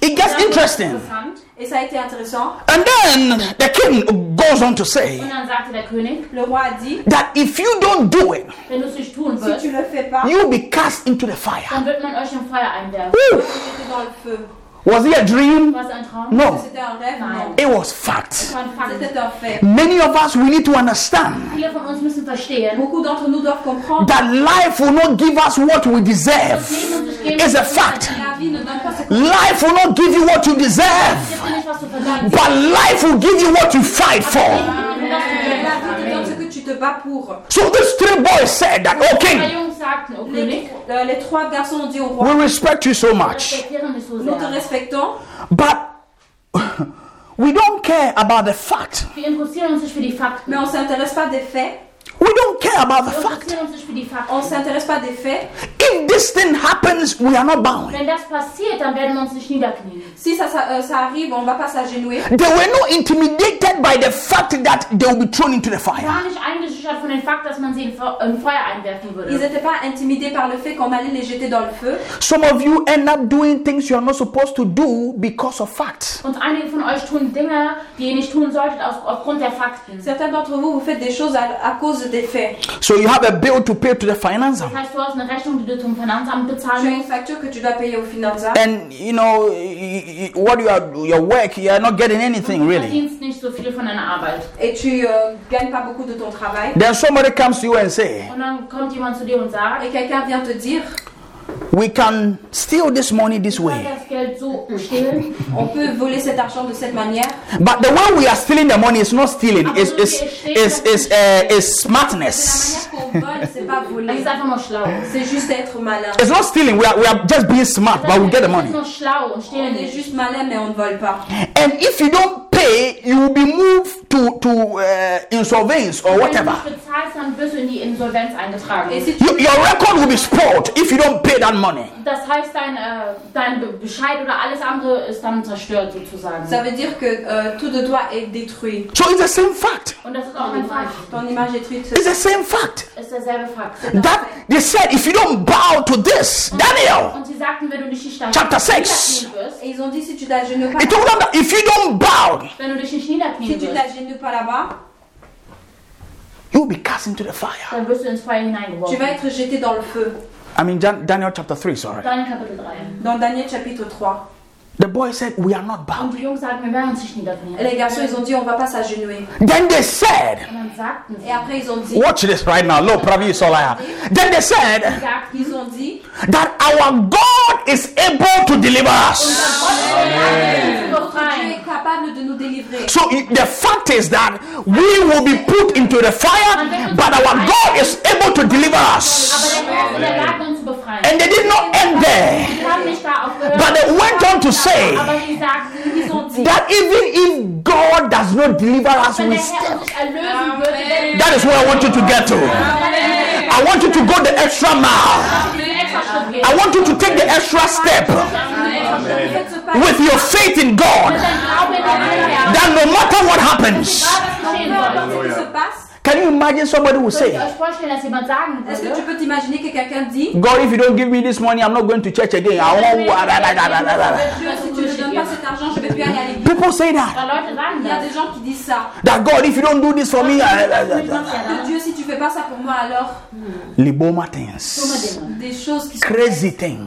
It gets interesting. Interessant. Et ça a été intéressant. And then the king goes on to Und say dann sagte der König, Le roi a dit, that if you don't do it, wenn du es nicht tun si wirst, tu le fais pas, you'll be cast into the fire. dann wird man euch im Feuer einwerfen. Woo! tu es dans le feu. Was it a dream? War es ein Traum? Est-ce que No, C'était un rêve Non. Nein. it was fact. Es war ein Fakt. C'était un fait. Many of us, we need to understand Viele von uns müssen verstehen, Beaucoup d'entre nous doivent comprendre that life will not give us what we das deserve. Leben uns geben, It's a was du fact. que la vie ne donne pas ce qu'on Life will not give you what you deserve, verdienst. Nicht, was du verdienst. but life will give you what you fight for. Äh, La vie te donne ce que tu te bats pour. So these three boys said that, "Oh Zwei king, Jungs sagten, oh Les, König, euh, les trois garçons ont dit au we roi, respect you so wir much, respektieren dich so nous te sehr. respectons, but we don't care about the fact. Wir interessieren uns nicht für die Fakten. mais on Wir ne s'intéresse pas des faits. We don't care about the fact. interessieren uns nicht für die On Fakten. ne s'intéresse pas des faits. If this thing happens, we are not bound. Wenn das passiert, dann werden wir uns nicht niederknien. Si ça, ça, euh, ça arrive, on ne va pas s'agenouiller. They were not intimidated by the fact that they will be thrown into the Wir fire. waren nicht eingeschüchtert von dem Fakt, dass man sie in Fe- im Feuer einwerfen Ils würde. n'étaient pas intimidés par le fait qu'on allait les jeter dans le feu. Some of you end up doing things you are not supposed to do because of facts. Und einige von euch tun Dinge, die ihr nicht tun solltet, auf, aufgrund der Fakten. Certains d'entre vous, vous faites des choses à, à cause des faits. So you have a bill to pay to the financer. Das heißt, du hast eine Rechnung, die du zum Finanzamt Tu as bezahlen une facture que tu dois payer au Finanza. and you know y- y- what you are your work you are not getting anything musst. Du really verdienst nicht so viel von deiner Arbeit. Et tu ne gagnes pas beaucoup de ton travail. then somebody comes to you and say Und dann kommt jemand zu dir und sagt, Et quelqu'un vient te dire, we can steal this money this ich kann way das Geld so stehlen. on peut voler cet argent de cette manière. but the way we are stealing the money is not stealing it's it's it's it's, uh, it's smartness La manière qu'on vole, c'est pas Das voler. ist einfach nur schlau. C'est juste être malin. it's not stealing we are, we are just being smart but we get the Wir money sind nur schlau und On stehlen est nicht. juste malin, mais on ne vole pas. and if you don't pay you will be moved to to uh, insolvency or Wenn du whatever nicht bezahlst, dann wirst du in die Insolvenz eingetragen. Et si tu, you, your record will be spoiled if you don't pay that money Das heißt, dein, äh, dein Be- Bescheid oder alles andere ist dann zerstört sozusagen. ça veut dire que euh, tout de toi est détruit. so it's the same fact Und das ist auch ein Fakt. Ton image détruite. it's the same fact Ist derselbe Fakt. That they said, if you don't bow to this, Daniel, Und sie sagten, wenn du dich nicht Chapter six. niederknien wirst, Et ils ont dit si tu t'agenouilles pas, it told them that if you don't bow, wenn du dich nicht si niederknien tu wirst, t'agenouilles pas là-bas, you'll be cast into the fire. dann wirst du ins Feuer tu vas hineingeworfen. être jeté dans le feu. I mean, Jan- Daniel chapter 3, sorry. Daniel Kapitel 3. Dans Daniel chapitre 3. The boy said, We are not Und bowing. die Jungs sagten, wir werden uns nicht Et Äh. niederknien. les garçons, ils ont dit on va pas s'agenouiller. Then they said, Und dann sagten sie, Et après, ils ont dit, Watch this right now. Look, probably you saw that. Then they said sagten, ils ont dit, that our God is able to deliver us. Gott, wir Dieu befreien. est capable de nous délivrer. So i- the fact is that we will be put into the fire, but our God is able to deliver us. Aber der Herr ist in der Lage, uns zu befreien. And they did not end there, Sie haben nicht da aufgehört, but they went on to say, aber sie sagten, Ils ont dit, that even if God does not deliver us, wenn we der Herr still. uns nicht erlösen würde, dann That is where I want you to get to. I want you to go the extra mile. würden wir den extra Schritt gehen. I want you to take the extra step faites ce pas. with your faith in God. Dann glaube ich an den Herrn. That no matter what happens, Was geschehen Peu soll. importe ce qui se passe, can you imagine somebody will Könnt ihr say, euch vorstellen, dass jemand sagen est-ce que tu würde, peux t'imaginer que quelqu'un dit, God, if you don't give me this money, I'm not going to church again. I won't. wa- da- da- da- da- da- da." Dieu, si tu ne donnes pas cet argent, je ne vais plus aller à l'église. People say that. weil Leute sagen Il y a das. des gens qui disent ça. That God, if you don't do this for me, I- I- I- I- Que Dieu, si tu fais pas ça pour moi, alors Liboma things, Du des choses qui sont, crazy things. des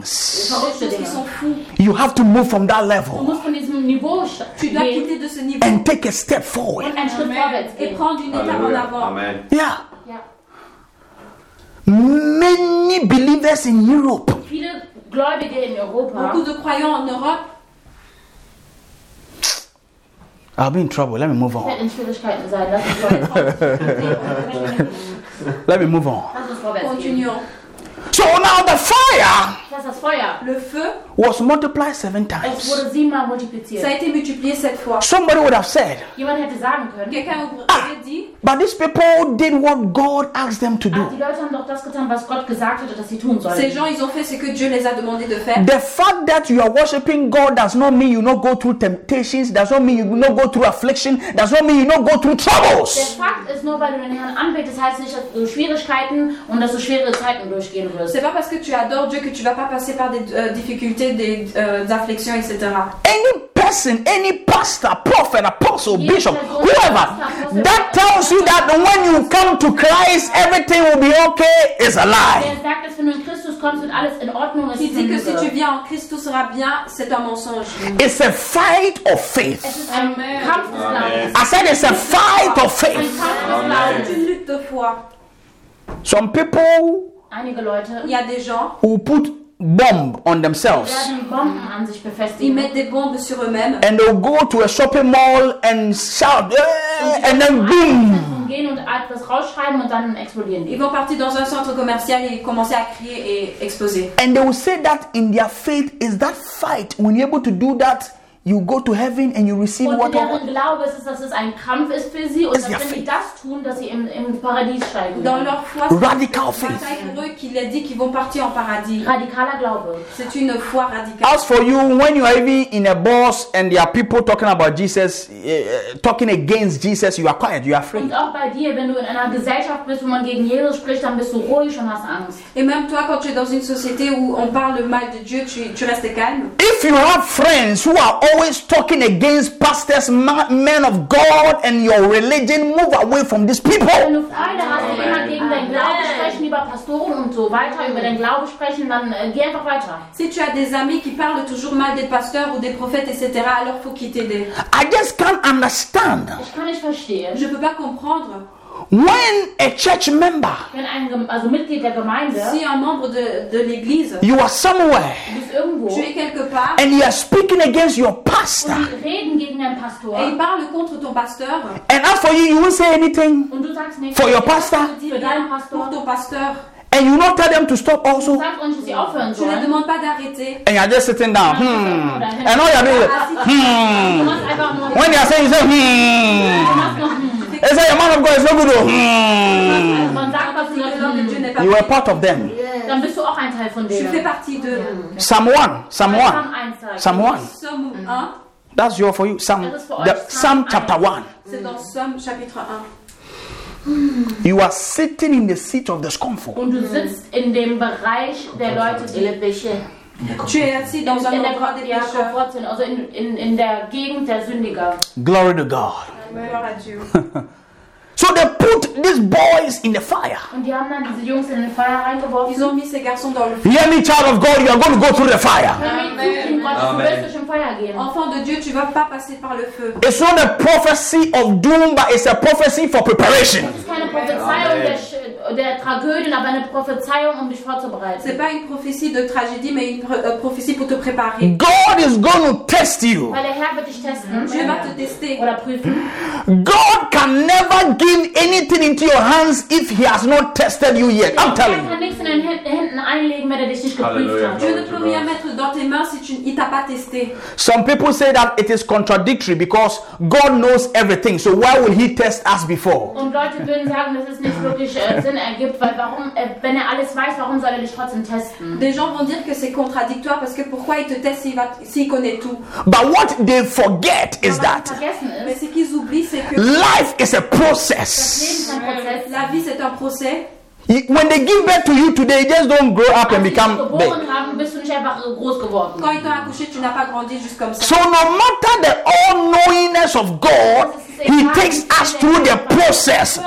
choses qui sont fous. You have to move from that level musst von diesem Niveau sch- Tu dois gehen quitter de ce niveau and take a step forward. und einen Schritt vorwärts et gehen. prendre une étape en Halleluja. avant. Amen. Yeah. Ja. Many believers in Europe, Viele Gläubige in Europa, Beaucoup de croyants en Europe, I'll be in trouble. Let me move on. werden in Schwierigkeiten sein. Lass uns vorwärts gehen. Let me move on. Lass uns vorwärts gehen. continuons. So now the fire Das ist das Feuer. Le feu, was multiplied seven Es times. wurde siebenmal ça a multipliziert. été multiplié cette fois. Somebody would have said, Jemand hätte sagen können, Quelqu'un aurait dit, but these people did what God asked them to ach, do. die Leute haben doch das getan, was Gott gesagt hatte, dass sie tun ces sollen. gens, ils ont fait ce que Dieu les a demandé de faire. The fact that you are worshiping God does not mean you not go through temptations, does not mean you not go through affliction, does not mean you not go through Der troubles. Fakt ist nur, weil du den Herrn anbetest, heißt nicht, dass du Schwierigkeiten und dass du schwere Zeiten durchgehen wirst. C'est pas parce que tu adores Dieu que tu vas pas passer par des euh, difficultés, des euh, des afflictions, etc. Any person, any pastor, prophet, apostle, bishop, whoever that tells you that when you come to Christ, everything will be okay is a lie. Wer sagt, dass wenn du in Christus Christus kommst und alles in Ordnung ist, qui ist eine dit que si tu Lüge. viens en Christ, tout sera bien, c'est un mensonge. It's a fight of faith. Es ist ein Kampf des Glaubens. I said it's a fight of Ein faith. Kampf des Glaubens. Une lutte de foi. Some people Einige Leute Il y a des gens, who put bomb on themselves werden Bomben an sich ils befestigen. mettent des bombes sur eux-mêmes. and they'll go to a shopping mall and shout "Eh," and then boom. Gehen und etwas rausschreiben und dann explodieren die. Ils vont partir dans un centre commercial et commencer à crier et exploser. And they will say that in their faith is that fight. When you're able to do that, you go to heaven and you receive Und what deren Glaube es ist, dass es ein Kampf ist für sie und Ist dass ja wenn sie fake. das tun, dass sie im, im Paradies steigen. Dans werden. leur foi, c'est une radical faith. bataille pour eux qu'il est dit qu'ils vont partir en paradis. Radikaler Glaube. C'est une foi radicale. As for you, when you are even in a bus and there are people talking about Jesus, eh, eh, talking against Jesus, you are quiet, you are Und afraid. auch bei dir, wenn du in einer Gesellschaft bist, wo man gegen Jesus spricht, dann bist du ruhig und hast Angst. Et même toi, quand tu es dans une société où on parle mal de Dieu, tu, tu restes calme. If you have friends who are always talking against pastors, ma- men of God, and your religion, move away from these Wenn people. du Freunde hast, die immer gegen deinen Glauben sprechen, über Pastoren und so weiter, über deinen Glauben sprechen, dann äh, geh einfach weiter. Si tu as des amis qui parlent toujours mal des pasteurs ou des prophètes, etc., alors faut qu'ils t'aident. I just can't understand Ich kann nicht verstehen, Je peux pas comprendre when a church member, wenn ein Gem- also Mitglied der Gemeinde, si un membre de, de l'église, you are somewhere du bist irgendwo tu und es quelque part and you are speaking against your pastor, die reden gegen deinen Pastor et il parle contre ton pasteur, and as for you, you won't say anything, und du sagst nichts. For your pastor. Hm. tu dis Für deinen rien pour Pastor. ton pasteur, and you not tell them to stop also, Du sagst uns, dass sie aufhören tu ne sollen. demandes pas d'arrêter. and you are just sitting down. Hmm. And all you are doing is, Du hmm. machst einfach nur. When they are saying, you say, Du hmm. machst noch, hm. They say, your man of God is no good. oh, Hmm. Man sagt, was Si du sagst, le nom de Dieu hm. n'est pas You were béni, part of them. Dann bist du auch ein Teil von tu fais denen. partie d'eux. Psalm 1. Psalm Psalm 1. 1 sagt. Psalm 1. Somme 1, That's your for you. Psalm, That is for the, us. Psalm chapter 1. c'est dans Somme chapitre 1. You are sitting in the seat of discomfort. Und du sitzt in dem Bereich der Leute, die Le péché. Tu es assis dans in un der endroit des ja, pécheurs. Komfort sind, also in, in, in der Gegend der Sündiger. Glory to God. Gloire à Dieu. So they put these boys in the fire. Und die haben dann diese Jungs in den Feuer Ils reingeworfen. ont mis ces garçons dans le feu. Hear me, child of God, you are going to go through the fire. Hör mir zu, Kind Gottes, du wirst durch den Feuer gehen. Enfant de Dieu, tu vas pas passer par le feu. It's not a prophecy of doom, but it's a prophecy for preparation. Das ist keine Prophezeiung der, Sch- der Tragödien, aber eine Prophezeiung, um dich vorzubereiten. C'est pas une prophétie de tragédie, mais une pro- euh, prophétie pour te préparer. God is going to test you. Weil der Herr wird dich testen Dieu va te tester. oder prüfen. God can never give anything into your hands if He has not tested you yet. I'm Der telling Herr you. kann nichts in den Händen- Händen einlegen, wenn er dich nicht geprüft Halleluja. hat. Dieu ne peut rien mettre dans tes mains si tu, il t'a pas testé. Some people say that it is contradictory because God knows everything. So why would He test us before? Und Leute würden sagen, dass es nicht wirklich äh, Sinn ergibt, weil warum, äh, wenn er alles weiß, warum soll er dich trotzdem testen? Des gens vont dire que c'est contradictoire parce que pourquoi il te teste s'il va- s'il connaît tout But what they forget is Was that vergessen Mais ist, ce qu'ils oublient, c'est que life is a das Leben process. ist ein Prozess. la vie, c'est un procès. You- When they give birth to you today, just don't grow up and Als sie dich become big. geboren haben, bist du nicht einfach so groß geworden. Quand ils t'ont accouché, tu n'as pas grandi juste comme So ça. no matter the all-knowingness of God, He takes us through the process.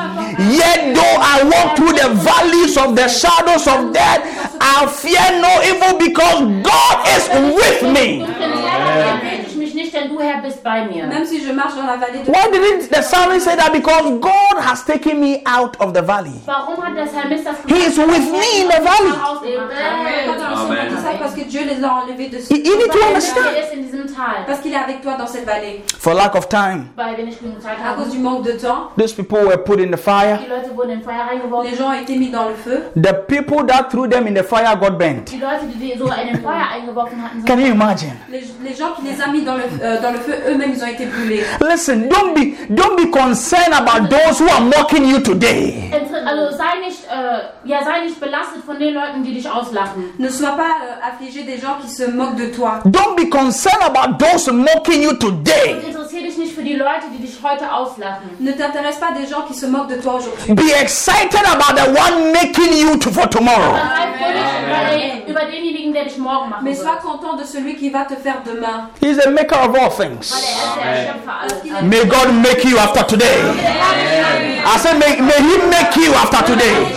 Yet though I walk through the valleys of the shadows of death, I fear no evil because God is with Du me. bist in Leider, erwähne ich mich nicht, denn du Herr bist bei mir. Même si je marche dans la vallée de Why didn't the psalmist say that? Because God has taken me out of the valley. Warum hat der Psalmist das He is with me in the valley. Quand valley. dans le sommet, tout ça, parce que Dieu les a enlevés de ce You you need to Er understand. ist in diesem Tal, Parce qu'il est avec toi dans cette vallée. For lack of time, weil wir nicht genug Zeit À cause haben. du manque de temps, these people were put in the Die fire. Leute wurden in Feuer reingeworfen. les gens ont été mis dans le feu. The people that threw them in the fire got burnt. Die Leute, die die so in den Feuer eingeworfen hatten, sind Can you imagine? Les, les gens qui les a mis dans le, euh, dans le feu, eux-mêmes, ils ont été brûlés. Listen, don't be don't be concerned about those who are mocking you today. Entri- Also sei nicht, äh, ja, sei nicht belastet von den Leuten, die dich auslachen. Ne sois pas euh, affligé des gens qui se moquent de toi. Don't be concerned about those mocking you today. Interessier dich nicht für die Leute, die dich heute auslachen. Ne t'intéresse pas des gens qui se moquent de toi aujourd'hui. Be excited about the one making you to, for tomorrow. Sei fröhlich über, den, über denjenigen, der dich morgen machen Mais wird. sois Weil content de celui qui va te faire demain. He's the maker of all things. er ist der Erschöpfer Parce alles. qu'il est- May God make you after today. I said, may, may He make you after today.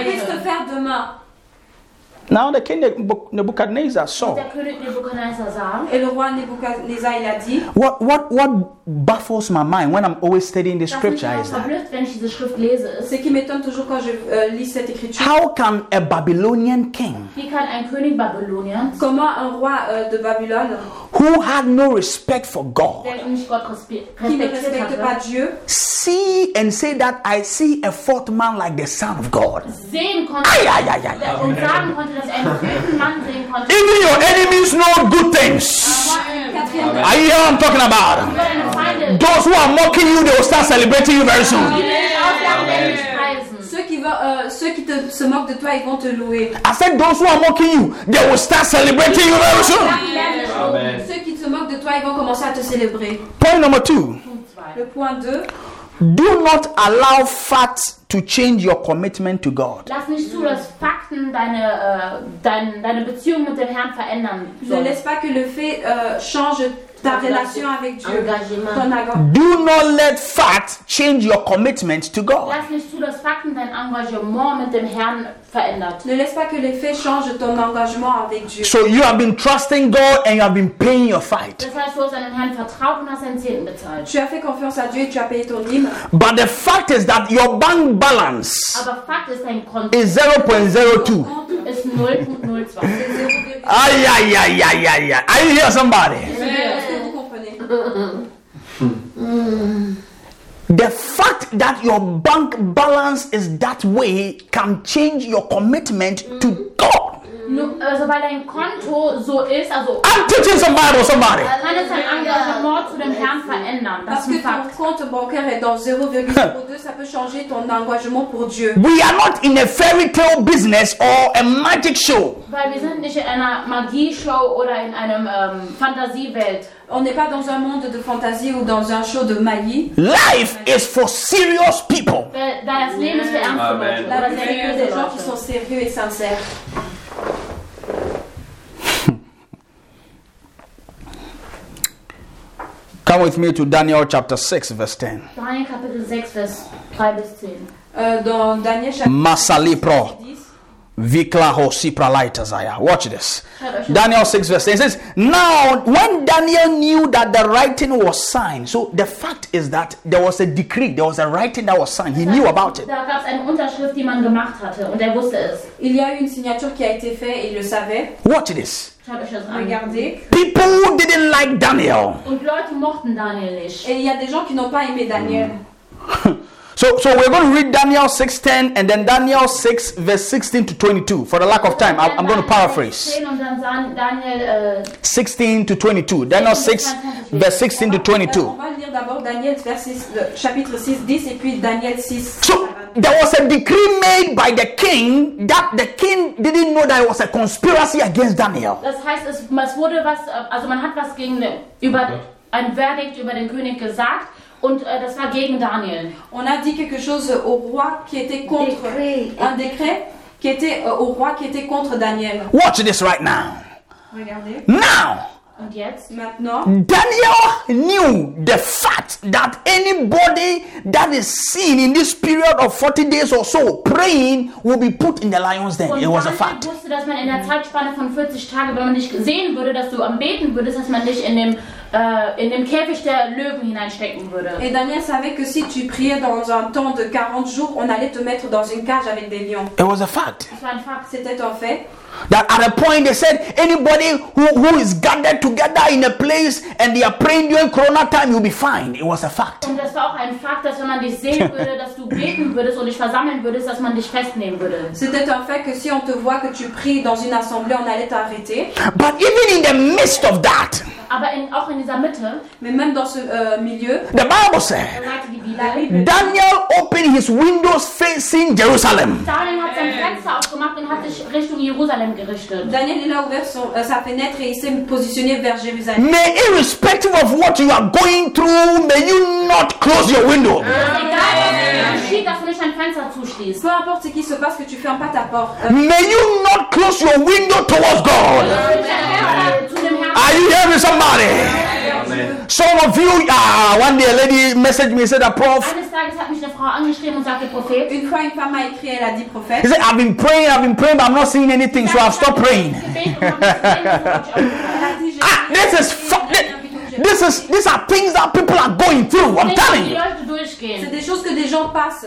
Il puisse te faire demain. Now the king Nebu- Nebuchadnezzar Und saw. der König Nebuchadnezzar sah. Et le roi Nebuchadnezzar, il a dit, What, what, what baffles my mind when I'm always studying the Das mich scripture immer is that verblüfft, wenn ich diese Schrift lese, ce ist, qui m'étonne toujours quand je euh, lis cette écriture, how can a Babylonian king wie kann ein König Babyloniens, comment un roi euh, de Babylone, who had no respect for God der nicht Gott respe- qui ne respektiert respecte pas hatte, Dieu, see and say that I see a fourth man like the Son of God? sehen konnte Ay, ay, ay, ay, ay. und sagen konnte, dass er einen vierten Mann sehen konnte, Even your enemies know good things. quatrième Are you hear what I'm talking about? über deine Feinde, Those who are mocking you, they will start celebrating you very soon. die will ich auslachen, werden dich preisen. Ceux qui, vont, euh, ceux qui te- se moquent de toi, ils vont te louer. I said, those who are mocking you, they will start celebrating you very soon. Amen. Ceux qui se moquent de toi, ils vont commencer à te célébrer. Point number two Punkt 2. Le point 2, do not allow facts to change your commitment to God. Lass nicht zu, dass Fakten deine, äh, dein, deine Beziehung mit dem Herrn verändern ne sollen. laisse pas que le fait euh, change ta relation avec Dieu. Engagement. Ton engagement. Do not let facts change your commitment to God. Lass nicht zu, dass Fakten dein Engagement mit dem Herrn verändert. Ne laisse pas que les faits changent ton engagement avec Dieu. So you have been trusting God and you have been paying your fight. Das heißt, du hast an den Herrn vertraut und hast deinen Zehnten bezahlt. Tu as fait confiance à Dieu et tu as payé ton dîme. But the fact is that your bank balance Aber Fakt ist, dein Konto is 0.02. ist 0.02. Ay, ay, ay, ay, ay, ay. Are you here, somebody? Est-ce que vous comprenez The fact that your bank balance is that way can change your commitment to God. Nur, also weil dein Konto so ist, also I'm teaching some Bible, somebody. kann es dein Engagement zu dem Herrn verändern. Das Parce ist que ein Fakt. ton compte bancaire est dans 0,02, ça peut changer ton engagement pour Dieu. We are not in a fairy tale business or a magic show. Weil wir sind nicht in einer Magieshow oder in einem ähm, Fantasiewelt. On n'est pas dans un monde de fantaisie ou dans un show de magie. Life is for serious people. Weil- weil Das Leben ist für ernste Amen. Leute. La Oder Bible est des seriöse gens qui Leute. sont sérieux et sincères. Come with me to Daniel chapter 6, verse 10. Daniel Kapitel 6, Vers 3 bis 10. Euh, dans Daniel chapitre Masalipro. 10, Vikla hosi Watch this. Schaut euch das Daniel 6, verse 10 It says, Now, when Daniel knew that the writing was signed, so the fact is that there was a decree, there was a writing that was signed. He knew about it. Da gab es eine Unterschrift, die man gemacht hatte und er wusste es. il y a eu une signature qui a été faite et il le savait. Watch this. Schaut euch das an. Regardez. People didn't like Daniel. Und Leute mochten Daniel nicht. Et il y a des gens qui n'ont pas aimé Daniel. Mm. So, so we're going to read Daniel 6.10 and then Daniel 6, verse 16 to 22. For the lack of time, I- I'm going to paraphrase. 10 Und dann sah Daniel, äh, 16 to 22. Daniel 6, verse 16 to On 22. va lire d'abord Daniel verset, le chapitre 6, 10 et puis Daniel 6. So there was a decree made by the king that the king didn't know that it was a conspiracy against Daniel. das heißt, es, es wurde was, äh, also man hat was gegen, über ein Verdict über den König gesagt und äh, das war gegen Daniel. On a dit quelque chose au roi qui était contre Décret. un décret qui était euh, au roi qui était contre Daniel. Watch this right now. Regardez. Now, Und jetzt? Maintenant, Daniel knew the fact that anybody that is seen in this period of 40 days or so praying will be put in the lion's den. Und It was a Daniel fact. wusste, dass man in der Zeitspanne von 40 Tagen, wenn man nicht sehen würde, dass du am Beten würdest, dass man dich in dem, äh, in dem Käfig der Löwen hineinstecken würde. et Daniel savait que si tu priais dans un temps de 40 jours, on allait te mettre dans une cage avec des lions. It was a fact. Das war ein Fakt. C'était un fait. That at a point they said anybody who, who is gathered together in a place and they are praying during corona time, you'll be fine. It was a fact. Und das war auch ein Fakt, dass wenn man dich sehen würde, dass du beten würdest und dich versammeln würdest, dass man dich festnehmen würde. C'était un fait que si on te voit que tu pries dans une assemblée, on allait t'arrêter. But even in the midst of that, Aber in, auch in dieser Mitte, Mais même dans ce euh, milieu, the Bible said da sagte die la Bibel, Bible Daniel opened his windows facing Jerusalem. Daniel hat sein Fenster aufgemacht und hat sich Richtung Jerusalem gerichtet. Daniel il a ouvert son- euh, sa fenêtre et il s'est positionné vers Jérusalem. May, irrespective of what you are going through, may you not close your window. Egal, was dir geschieht, dass du nicht dein Fenster zuschließt. Peu importe ce qui se passe, que tu fermes pas ta porte. Euh, May you not close your window towards God. Dass du nicht dein Fenster zu dem Herrn Are you hearing somebody? Amen. Some of you, ah, one day a lady messaged me and said, that, Prof, Eines Tages hat mich eine Frau angeschrieben und sagte Prophet. Une fois, une femme m'a écrit, elle a dit prophète. He said, I've been praying, I've been praying, but I'm not seeing anything, so I've stopped praying. Gebet bekommen, deswegen habe ich aufgehört. Elle a dit, j'ai Ah, this is fu- thi- this is these are things that people are going through. I'm Deswegen, dass telling die you. Leute durchgehen. C'est des choses que des gens passent.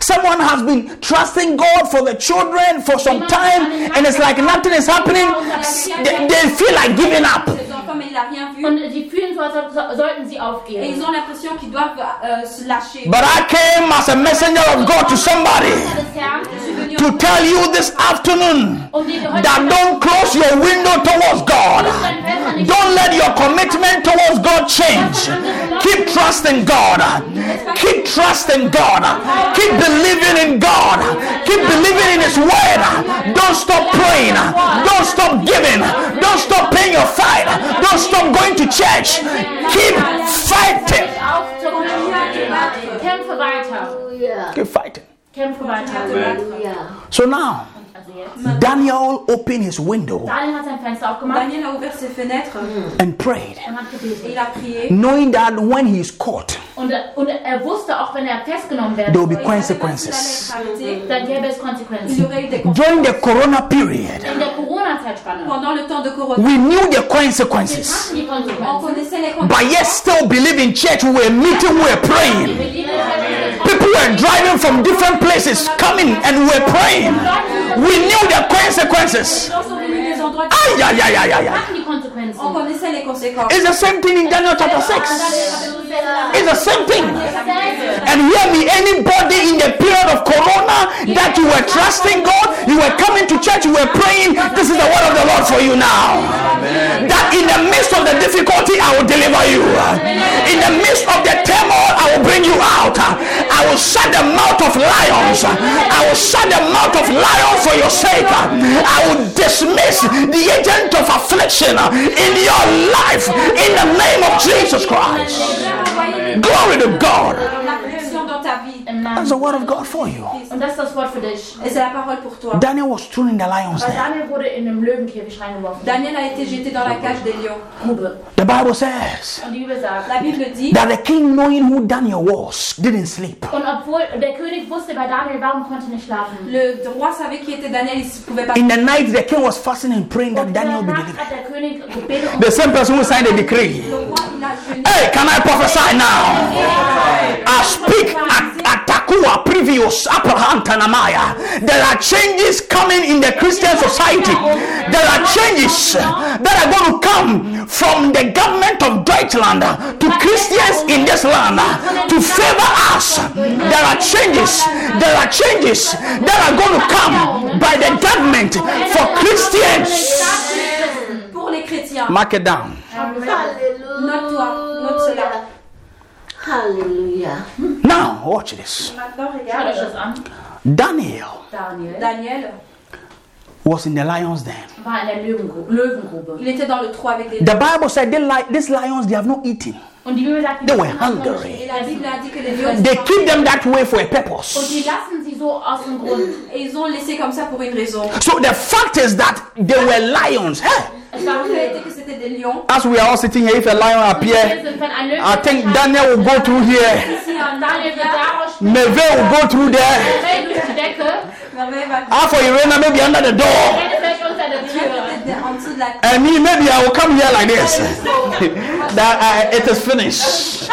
Someone has been trusting God for the children for some time, and it's like nothing is happening. S- They, they feel like giving up. Ces enfants, mais il n'a rien vu. Und die fühlen so, als ob- so- sollten sie Et ils aufgeben. ont l'impression qu'ils doivent euh, se lâcher. But I came as a messenger of God to somebody Des Herrn, to tell you this afternoon um die heute that don't close your window towards God. dein Fenster nicht Don't let your commitment towards God change. Keep trusting God. Keep trusting God. Keep believing in God. Keep believing in His word. Don't stop praying. Don't stop giving. Don't stop paying your fine. Don't stop going to church. Keep fighting. aufzuhören. Kämpfe weiter. Hallelujah. Keep fighting. Kämpfe weiter. Hallelujah. So now, Also jetzt. Daniel opened his window Daniel hat sein Fenster aufgemacht Daniel a ouvert ses fenêtres and prayed, und hat et gebetet. il a prié. knowing that when he is caught, Und, und er wusste auch, wenn er festgenommen there will werden be würde, consequences. Il allait être arrêté. dann gäbe es Il y Konsequenzen. aurait eu des conséquences. During the corona period, In der Corona-Zeitspanne. Pendant le temps de Corona, we knew the Wir consequences. kannten die on Konsequenzen. connaissait les But conséquences. yet still believe in church. We were meeting, we were praying. halt People were driving from different places, coming and we were praying. We knew the consequences. Ils sont venus des endroits. Ay, ay, ay, ay, ay, Wir ay. kannten die Konsequenzen. Oh, On connaissait les conséquences. It's the same thing in Daniel chapter 6. It's the same thing. And hear me, anybody in the period of corona that you were trusting God, you were coming to church, you were praying, this is the word of the Lord for you now. That in the midst of the difficulty, I will deliver you. In the midst of the turmoil, I will bring you out. I will shut the mouth of lions. I will shut the mouth of lions for your sake. I will dismiss the agent of affliction in your life in the name of Jesus Christ. Glory to God. L'affliction dans ta vie. Im That's Namen. the word of God for you. Und das ist das Wort für dich. Et c'est la parole pour toi. Daniel was thrown in the lion's Weil den. Daniel wurde in einem Löwenkäfig reingeworfen. Daniel a été jeté dans la cage des lions. Grube. The Bible says Und die Bibel sagt, La Bible dit that the king, knowing who Daniel was, didn't sleep. und obwohl der König wusste bei Daniel, warum konnte er nicht schlafen? le roi savait qui était Daniel, il ne pouvait pas. In the night, the king was fasting and praying that Und Daniel be danach delivered. hat der König gebetet und The same person who signed the decree. Le roi, il a jeûné. Hey, can I prophesy now? I speak at Atakua, previous Abrahantanamaya. There are changes coming in the Christian society. There are changes that are going to come from the government of Deutschland to Christians in this land to favor us. There are changes. There are changes that are going to come by the government for Christians. Pour les chrétiens, Mark it down. note-toi, note cela. Hallelujah. Hallelujah. Now, watch this. Maintenant, schaut euch regarde, das an. Daniel Daniel Daniel, was in the lion's den. war in der Löwengru- Löwengrube. il était dans le 3 avec les lions. The Bible said they like these lions, they have not eaten. Und die Bibel sagt, die They were Löwen haben nicht hungry. Et gegessen. la Bible a dit que les lions They étaient keep them that way for a Und die purpose. lassen sie so aus dem Grund. Et ils ont laissé comme ça pour une raison. So the fact is that they were lions. Hey, Es war Le fait était que c'était des lions. as we are all sitting here, if a lion appear, Wenn ein Löwe I think Daniel will go through here. Ici, un Daniel wird Daniel, daraus springen, Neve will go through there. durch die Decke, merveille va Half of Irena maybe under the door. fällt vielleicht unter der Tür. Peut-être en dessous de la And me, maybe I will come here like this. that I, it is finished.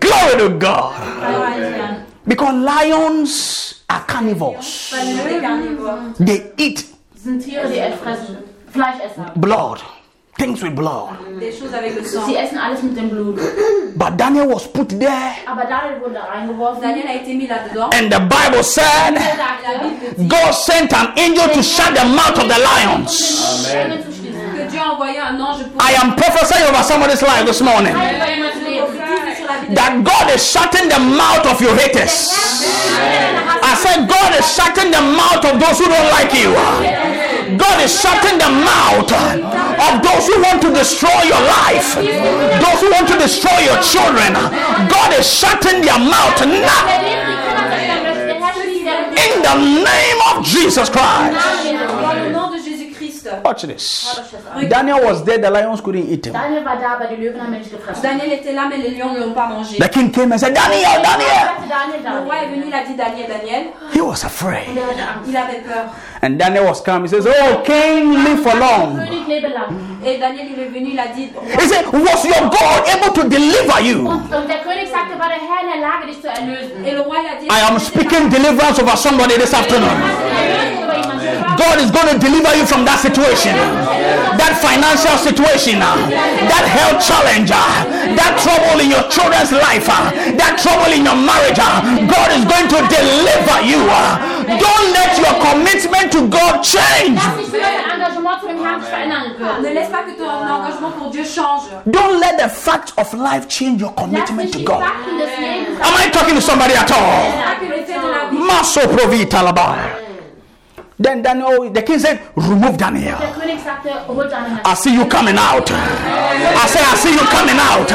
Glory to God. Amen. Because lions are carnivores. Parce que les carnivores. They eat Sind Tiere, die fressen Fleischesser. blood, things with blood. Des choses avec le sang. Sie essen alles mit dem Blut. But Daniel was put there Aber Daniel wurde da reingeworfen. Daniel a été mis là-dedans. And the Bible Er said, La sagte, Bible dit God sent an angel to shut the mouth of the lions. Amen. zu schließen. que Dieu a envoyé un ange pour I am prophesying over somebody's life this morning Heil bei jemandem Leben. prophétiser sur la vie de that God is shutting the mouth of your haters. I said, God is shutting the mouth of those who don't like you. God is shutting the mouth of those who want to destroy your life, those who want to destroy your children. God is shutting their mouth Wer now in the name lebt, die kann man sich dann löschen. Der Herr schließt ja mit of Jesus Christ. dem Namen. Dans le nom de Jésus-Christ. Watch this. Schaut euch das an. Daniel was there, the lions couldn't eat him. Daniel war da, aber die Löwen haben ihn nicht gefressen. Daniel était là, mais les lions ne l'ont pas mangé. The king came and said, Daniel, Daniel! hatte Daniel Le roi est da. venu, il a dit Daniel, Daniel. He was afraid. Der hatte Angst. Il avait peur. And Daniel was calm. He says, Oh, king, live for long. König lebe lang. Et Daniel, il est venu, il a dit Roi, He said, Was your God able to deliver you? Und, und der König sagte, war der Herr in der Lage, dich zu erlösen. Et le roi, il a dit I am speaking deliverance over somebody this afternoon. Erlösen über jemanden. God is going to deliver you from that situation, that financial situation, that health challenge, that trouble in your children's life, that trouble in your marriage. God is going to deliver you. Don't let your commitment to God change. Lass dich für dein Engagement zu dem Herrn verändern Ne wird. laisse pas que ton engagement pour Dieu change. Don't let the fact of life change your Lass dich commitment to die God. Fakten des Lebens Am I talking to somebody at all? Pas que le fait de la vie. Maso provi talaba. Then Daniel, the king said, remove Daniel. Der König sagte, holt Daniel. I see you coming out. I say, I see you coming out.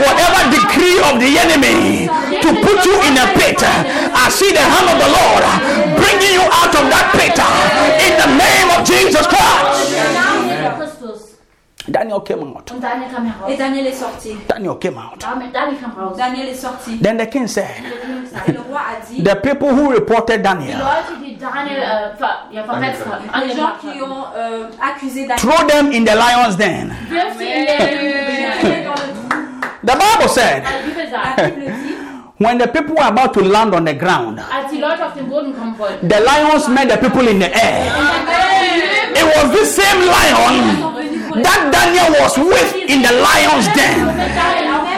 Whatever decree of the enemy to put you in a pit, I see the hand of the Lord bringing you out of that pit in the name of Jesus Christ. Der Name ist Christus. Daniel came out. Und Daniel kam Et heraus. Daniel est sorti. Daniel came out. Damit- Daniel kam raus. Daniel est sorti. Then the king said, Et le roi a dit The people who reported Die Daniel, Leute, die Daniel äh, ver, ja, verletzt haben, Les gens angebracht qui haben, ont euh, accusé Daniel, throw them in the lion's den. wirft sie in der Löwen. jetez-les dans le trou. The Bible said, Die Bibel sagt, La Bible dit When the people were about to land on the ground, als die Leute auf den Boden kommen wollten, the lions met the people in the air. It was the same lion that Daniel was with in the lion's den.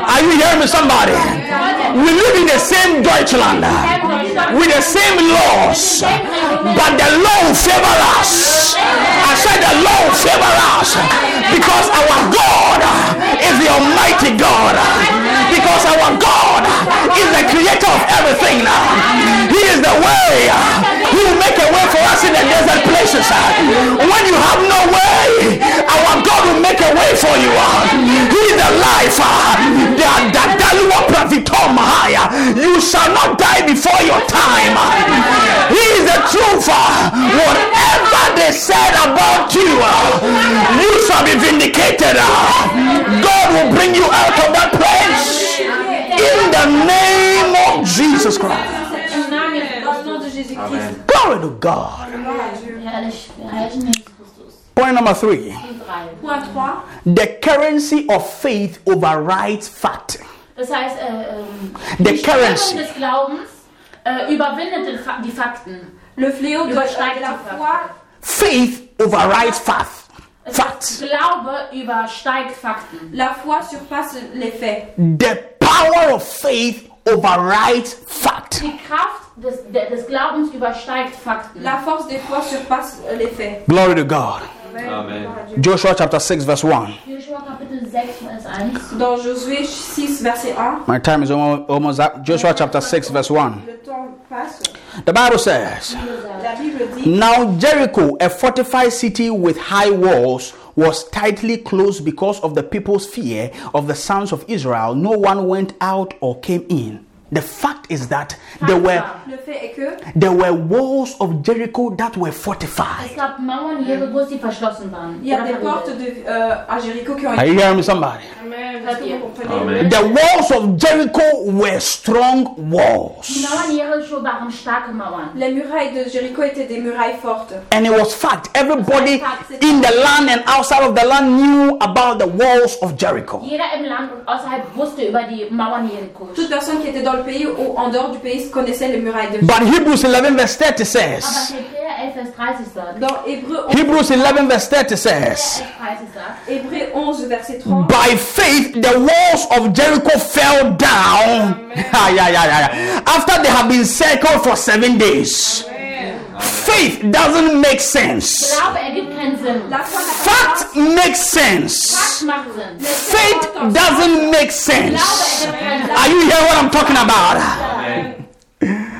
Are you hearing me, somebody? We live in the same Deutschland with the same laws, but the law will favor us. I said the law will favor us because our God is the Almighty God. Because our God is the creator of everything. He is the way. He will make a way for us in the desert places. When you have no way, our God will make a way for you. He is the life. ah. The Dadalua Pravitom Mahaya. You shall not die before your time. ah. He is the truth. ah. Whatever they said about you, ah, you shall be vindicated. ah. God will bring you out of that place in the name of Jesus Christ. cette unanime dans le nom de Jésus-Christ. Glory to God. Gloire à Dieu. herrlich, herrlichen Jesus Christus. Point number three. Die drei. Point 3. The currency of faith overrides fact. Das heißt, äh, ähm, The die Strömung currency. des Glaubens äh, überwindet den Fa die Fakten. Le fléau de, Übersteigt de la die Kraft. foi. Faith overrides fact. Das heißt, Fact. Glaube übersteigt Fakten. La foi surpasse les faits. The power of faith overrides fact. Die Kraft des, de- des Glaubens übersteigt Fakten. La force des foi surpasse les faits. Glory to God. Amen. Joshua chapter 6, verse 1. Joshua Kapitel 6, Vers 1. Dans Josué 6, verset 1, My time is almo- almost up. Joshua chapter 6, verse 1. le temps passe. The Bible says, La Bible dit Now Jericho, a fortified city with high walls, was tightly closed because of the people's fear of the sons of Israel. No one went out or came in. The fact is that there were Le fait est que there were walls of Jericho that were Es fortified. gab Mauern Jerichos, die verschlossen waren. il y a Oder des verriegelt. portes de, euh, à Jéricho qui ont Are été. you hearing me, somebody? Est-ce que vous comprenez Amen. The walls of Jericho were strong Die walls. Mauern Jericho waren starke Mauern. Les murailles de Jéricho étaient des murailles fortes. And it was fact. Everybody in the land and outside of the land knew about the walls of Jericho. Jeder im Land und außerhalb wusste über die Mauern Jerichos. Toute personne qui était dans le pays ou en dehors du pays connaissait les murailles de Jéricho. But Hebrews 11 verse 30 Aber says, Hebräer 11, Vers 30 sagt, Dans Hébreu 11, Hebrews 11 verse 30 says, 11, 30 sagt, Hébreu 11, verset 30, by faith the walls of Jericho fell down. Ah, yeah, yeah, yeah, yeah. After they have been circled for seven days. Faith doesn't make sense. Glaube ergibt keinen Sinn. la foi n'a pas de sens. Fact makes sense. Fakt macht Sinn. Les faits Faith n'ont pas de sens. doesn't make sense. Glaube ergibt keinen Sinn. Are you hearing what I'm talking about?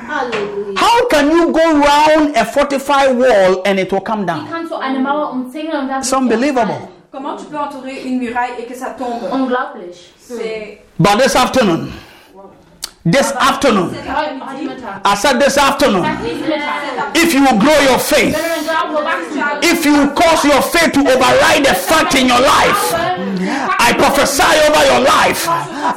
Hallelujah. How can you go round a fortified wall and it will come Wie down? kannst du eine Mauer umzingeln und dann... It's unbelievable. Comment tu peux Ah. entourer une muraille et que ça tombe Unglaublich. C'est But this afternoon, this afternoon. Heute, heute Mittag. I said this afternoon. Sag diesen Mittag. If you grow your faith, Wenn du deinen Glauben gewachsen hast, if you cause your faith to override the fact in your life, I prophesy over your life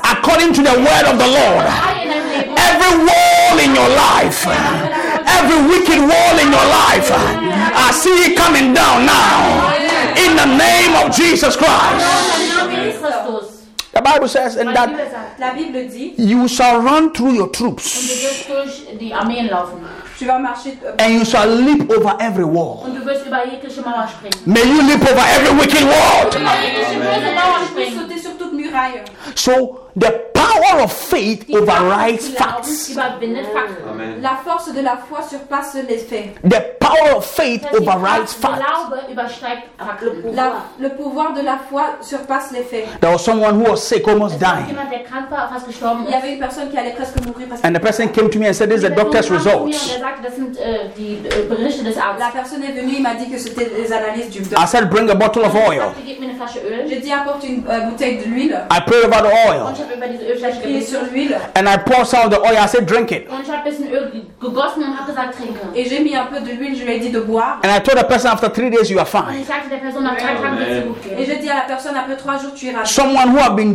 according to the word of the Lord. Frei in deinem Leben. Every wall in your life, every wicked wall in your life, I see it coming down now in the name of Jesus Christ. Im Namen Jesus Christus. The Bible says, and Die Bibel that sagt, La Bible dit, you shall run through your du troops wirst durch die Armeen laufen. tu vas marcher euh, and you shall leap over every wall. Und du wirst über jegliche Mauer springen. May you leap over every wicked wall. Über jegliche böse Mauer tu peux springen. sauter sur toute muraille. So the power of faith Die Kraft overrides des Glaubens facts. Überwindet Fakten. Amen. La force de la foi surpasse les faits. The power of faith Das heißt, die overrides facts. Kraft der Glaube übersteigt Fakten. La- le pouvoir de la foi surpasse les faits. There was someone who was sick, almost dying. Jemand, der krank war, fast gestorben Il ist. y avait une personne qui allait presque mourir parce que And the person came to me and said, This is the Die Person doctor's kam zu mir und results. Er sagte, das sind äh, die äh, Berichte des la Arztes. personne est venue et m'a dit que c'était les analyses du I docteur. said, Bring a bottle of Er oil. sagte, gib mir eine Flasche Öl. J'ai dit apporte une euh, bouteille de l'huile. I prayed about the Und ich oil habe über diese Ölflasche Il est sur gebetet. l'huile and I poured some of the oil. I said, Drink it. Und ich habe ein bisschen Öl ge- gegossen und habe gesagt, trinke. Und et j'ai mis un peu de l'huile. Je lui ai dit de boire. And I told the person, After three days, you are fine. ich sagte der Person, nach drei Tagen wird es dir gut Et gehen. je dis à la personne après trois jours tu iras. Someone who had been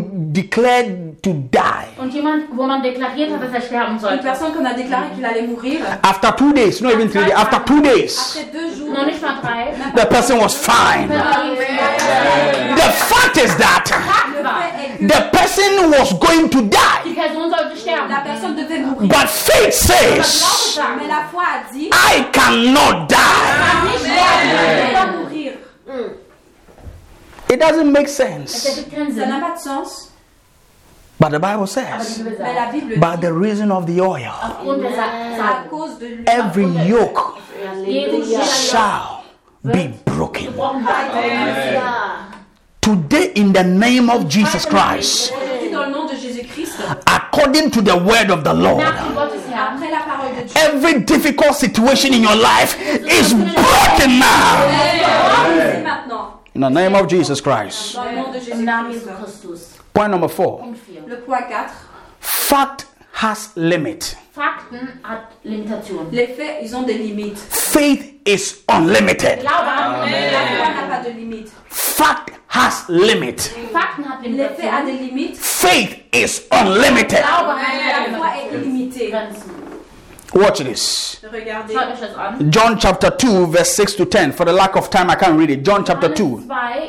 declared to die. Und jemand, wo man deklariert hat, dass er sterben Une sollte. personne qu'on a déclaré qu'il allait mourir. After two days, not even three days, after two days, Après deux jours, Noch nicht mal drei. the person was fine. The fact is that le fait est que the person was going to die. Die Person sollte sterben. la Aber personne devait mourir. But faith Glaube says, sagt, Mais la foi a dit I cannot die. kann nicht sterben. elle va mourir. It doesn't make Das sense. ergibt keinen Ça n'a Sinn. pas de sens. But the Bible Aber die says, Bibel Mais sagt, la Bible by dit the reason of the oil, aufgrund der Sa- à Sagen. cause de l'huile. every yoke Jesus Hallelujah. Christus shall be broken. gebrochen wird. Today, in the name of Jesus Christ, Aujourd'hui, dans le nom de Jésus-Christ, according to the word of the Lord, Nach dem Gottes Herrn. après la parole de Dieu, every difficult situation in your life is broken now. c'est maintenant. In the name of Jesus Christ. Dans le nom de Im Namen Jesu Jésus-Christ. Christus. Point number four Punkt 4. Le point 4, fact has limit, Fakten hat Limitationen. les faits, ils ont des limites. faith is unlimited. Glaube hat La Limitationen. foi n'a pas de limites. Fact has limit, Fakten hat Les faits a Limitationen. des limites. faith is unlimited. Glaube hat La foi est Limitationen. illimitée. Grenzen. Watch this. Regardez. Schaut euch das an. John chapter 2, verse 6 to 10. For the lack of time, I can't read it. John chapter 2. 2,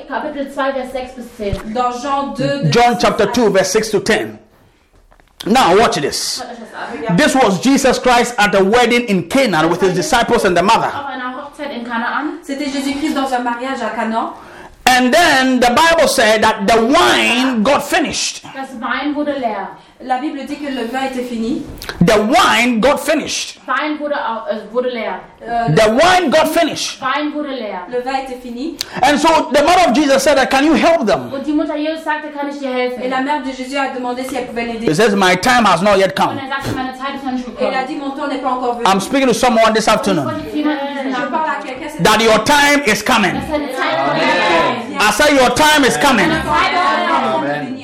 Kapitel 2, Vers 6 bis 10. Dans Jean 2, de John chapter 2, verse 6 to 10. Now, watch this. Schaut euch das an. This was Jesus Christ at the wedding in Canaan with his disciples and the mother. Auf einer Hochzeit in Kanaan. C'était Jésus-Christ dans un mariage à Canaan. And then the Bible said that the wine got finished. Das Wein wurde leer. La Bible dit que le vin était fini. The wine got finished. Wein wurde, au- äh, wurde leer. Euh, The wine got finished. Wein wurde leer. le vin était fini. And so the mother of Jesus said, that, Can you help them? Und die Mutter Jesus sagte, kann ich dir helfen? Et la mère de Jésus a demandé si elle pouvait He l'aider. says, My time has not yet Und come. er sagte, meine Zeit ist noch nicht Et elle a gekommen. dit Mon temps n'est pas encore venu. I'm speaking to someone this Ich afternoon wollte jetzt jemanden diesen Je Namen parle sagen, à quelqu'un, c'est that your time is coming. dass seine Zeit kommt. I said, Your time is coming. Amen.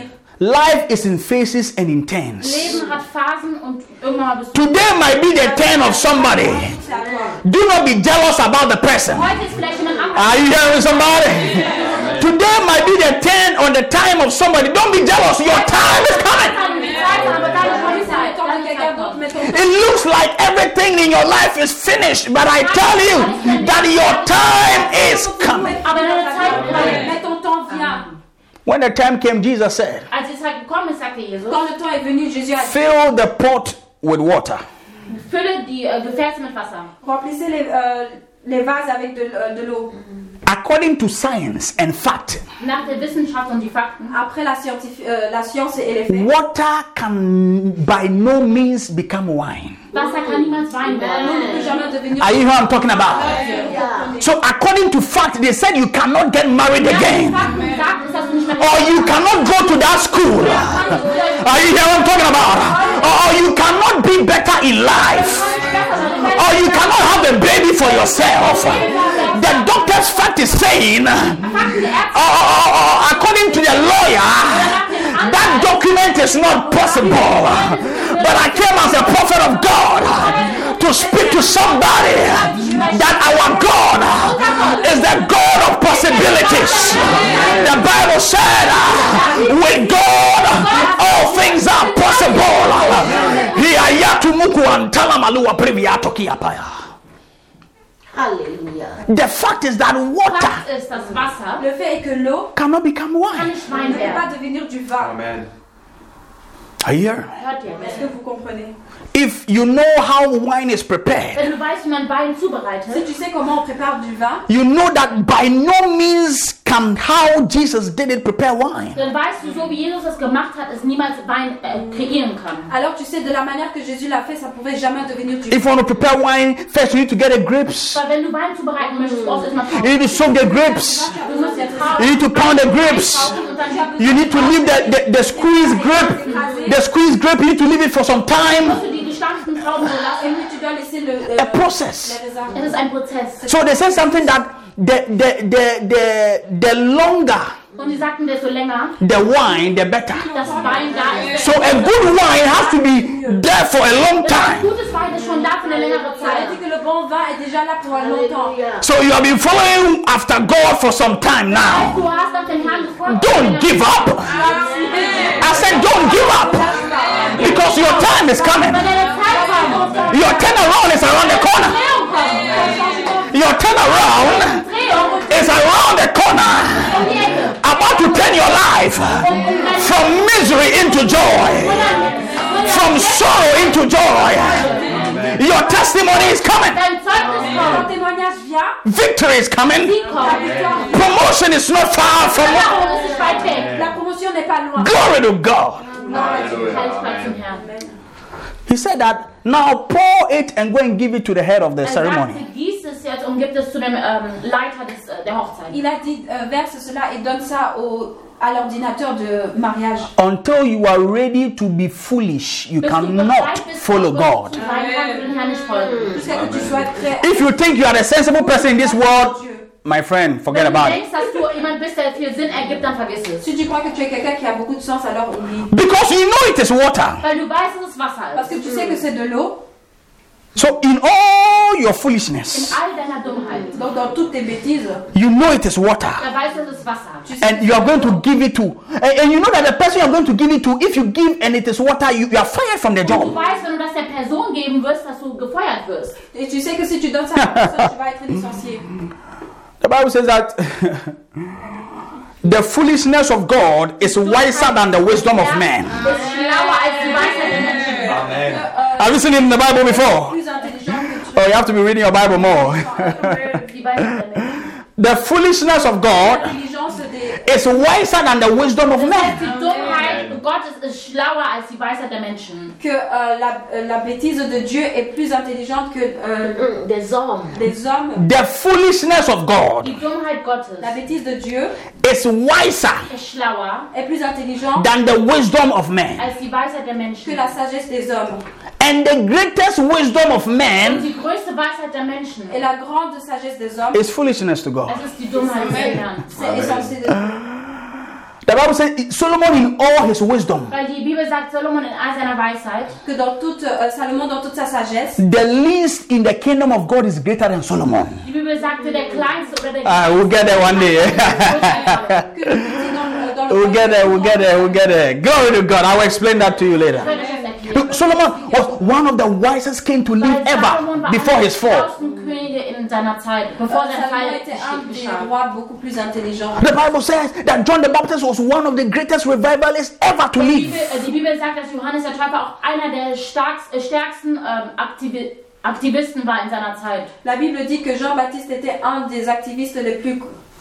Life is in phases and in turns. Leben hat Phasen und irgendwann mal bist du. Today might be the turn of somebody. Do not be jealous about the person. Heute ist vielleicht jemand anderes. Are you hearing somebody? Today might be the turn or the time of somebody. Don't be jealous. Your time is coming. Dann die Zeit, aber dann ist halt die Zeit. Dann die Zeit kommt. It looks like everything in your life is finished, but I tell you that your time is coming. Aber deine Zeit bleibt. Mais ton temps vient. When the time came, Jesus said, Als die Zeit gekommen ist, sagte Jesus, Quand le temps est venu, Jésus a dit Fill the pot with water. fülle die äh, Gefäße mit Wasser. Remplissez les, euh, les vases avec de, euh, de l'eau. According to science and fact, Nach der Wissenschaft und die Fakten. Après la, scientifi- euh, la science et les faits, water can by no means become wine. Wasser kann niemals Wein on ne werden. peut jamais devenir. Are you hear what I'm talking about? So according to fact, they said you cannot get married again. Fakten sagt, ist das nicht mehr Or you cannot go to that school. Are you hear what I'm talking about? Or you cannot be better in life. Or you cannot have a baby for yourself. The doctor's fact is saying, or, Fakten, die Ärzte or- or- or according to the lawyer, that document is not possible. But I came as a prophet of God to speak to somebody that our God is the God of possibilities. The Bible said, with God, all things are possible. Hiayatumukuantalamalua priviatokiapaya. Hallelujah. The fact is that water Fakt ist, das Wasser Le fait est que l'eau cannot become kann wine. nicht ne Wein peut pas werden. devenir du vin. Amen. Are you hearing? Hört ihr? Est-ce que vous comprenez If you know how wine is prepared, Wenn du weißt, wie man Wein Si zubereitet, tu sais comment on prépare du vin, you know that by no means can how Jesus did it prepare wine. dann weißt du, so wie Jesus das gemacht hat, es niemals Wein äh, kreieren kann. alors tu sais de la manière que Jésus l'a fait, ça pouvait jamais devenir du vin. If you want to prepare wine, first you need to get the grapes. Weil wenn du Wein zubereiten möchtest, brauchst du erstmal You Trauben. need to soak the grapes. Du musst ja Trauben You need to pound the grapes. kaufen und dann You need to leave the, the, the squeezed grape. The squeezed grape, you need to leave it for some time. musst du die gestampften Trauben so Et lassen. puis tu dois laisser le, euh, A process. les raisins. Es ist ein Prozess. So they said something that the, the, the, the, the longer Und die sagten, desto länger the wine, the better. das Wein da ist, So a good wine has to be there for a long desto time. gutes Wein ist schon da für eine längere Ça Zeit. veut dire que le bon vin est déjà là pour longtemps. Hallelujah. So you have been following after God for some time now. Du hast nach dem Herrn gefragt. Don't give up. I said don't give up because your time is coming. Weil deine Zeit kommt. um. Your turnaround is around the corner. Drehung kommt. Your turnaround Drehung is around the corner. um die Ecke. About to turn your life Und dann from misery into joy, from sorrow into joy. Your testimony is coming. Dein Zeugnis Ton kommt. témoignage vient, Victory is coming. Die kommt. victoire vient. Promotion is not far from Verlaufen ist nicht weit weg. La promotion n'est pas loin. Glory to God. Halt frei zum Halleluja. Herrn. He said that now pour it and go and give it to the head of the Er sagte, ceremony. gieß es jetzt und gibt es zu dem ähm, Leiter des, äh, der Hochzeit. Il a dit euh, verse cela et donne ça au, à l'ordinateur de mariage. Until you are ready to be foolish, you Bis du cannot bereit bist, follow Gott God. zu sein, kannst du dem Herrn nicht folgen. Jusqu'à ce que tu sois prêt. If you think you are a sensible person in this world, my friend, forget Wenn du about it. denkst, dass du jemand bist, der viel Sinn ergibt, dann vergiss es. Si tu crois que tu es quelqu'un qui a beaucoup de sens, alors oublie. Because you know it is water. Weil du weißt, dass es Wasser Parce ist. que tu sais que c'est de l'eau. So in all your In foolishness, all deiner Dummheit. Donc dans toutes tes bêtises, you know it is water. Er weiß, dass es Wasser ist. tu sais. And you are going to give it to. And, and you know that the person you are going to give it to, if you give and it is water, you, you are fired from the Und du job. weißt, wenn du das der Person geben wirst, dass du gefeuert wirst. Et tu sais que si tu donnes ça à la personne, tu vas être licencié. The Bible says that the foolishness of God is wiser than the wisdom of man. Du bist schlauer als die Weisheit der Menschen. Amen. Have you seen it in the Bible before? Plus intelligent que tu Oh, you have to be reading your Bible more. Die Weisheit der Menschen. the foolishness of God L'intelligence des. is wiser than the wisdom of Das heißt, man. die Dummheit Gottes ist schlauer als die Weisheit der Menschen. que euh, la, euh, la bêtise de Dieu est plus intelligente que euh, Mm, Des hommes. des hommes. The foolishness of God Die Dummheit Gottes La bêtise de Dieu is wiser ist schlauer est plus intelligente than the wisdom of man. als die Weisheit der que Menschen. la sagesse des hommes. And the greatest wisdom of Und man die größte Weisheit der Menschen, Et la grande sagesse des hommes, is foolishness to God. es ist die Dummheit des Herrn. c'est essentiel. de- The Bible says Solomon in all his wisdom, Weil die Bibel sagt, Solomon in all seiner Weisheit, Que dans toute, euh, Salomon, dans toute sa sagesse, the least in the kingdom of God is greater than Solomon. die Bibel sagte, der Kleinste oder der Ah, we'll get there one day. que le petit dans, le- dans le we'll get there, we'll get there, we'll get there. Glory to God. I will explain that to you later. Kleinste. Solomon was one of the wisest king to live ever before his fall. Könige in seiner Zeit, bevor sein Salomon Fall était un des geschah. rois beaucoup plus intelligent. The Bible says that John the Baptist was one of the greatest revivalists ever to Die Bibel, live. äh, die Bibel sagt, dass Johannes der Täufer auch einer der starkst, äh, stärksten ähm, Aktivi Aktivisten war in seiner Zeit. La Bible dit que Jean-Baptiste était un des activistes les plus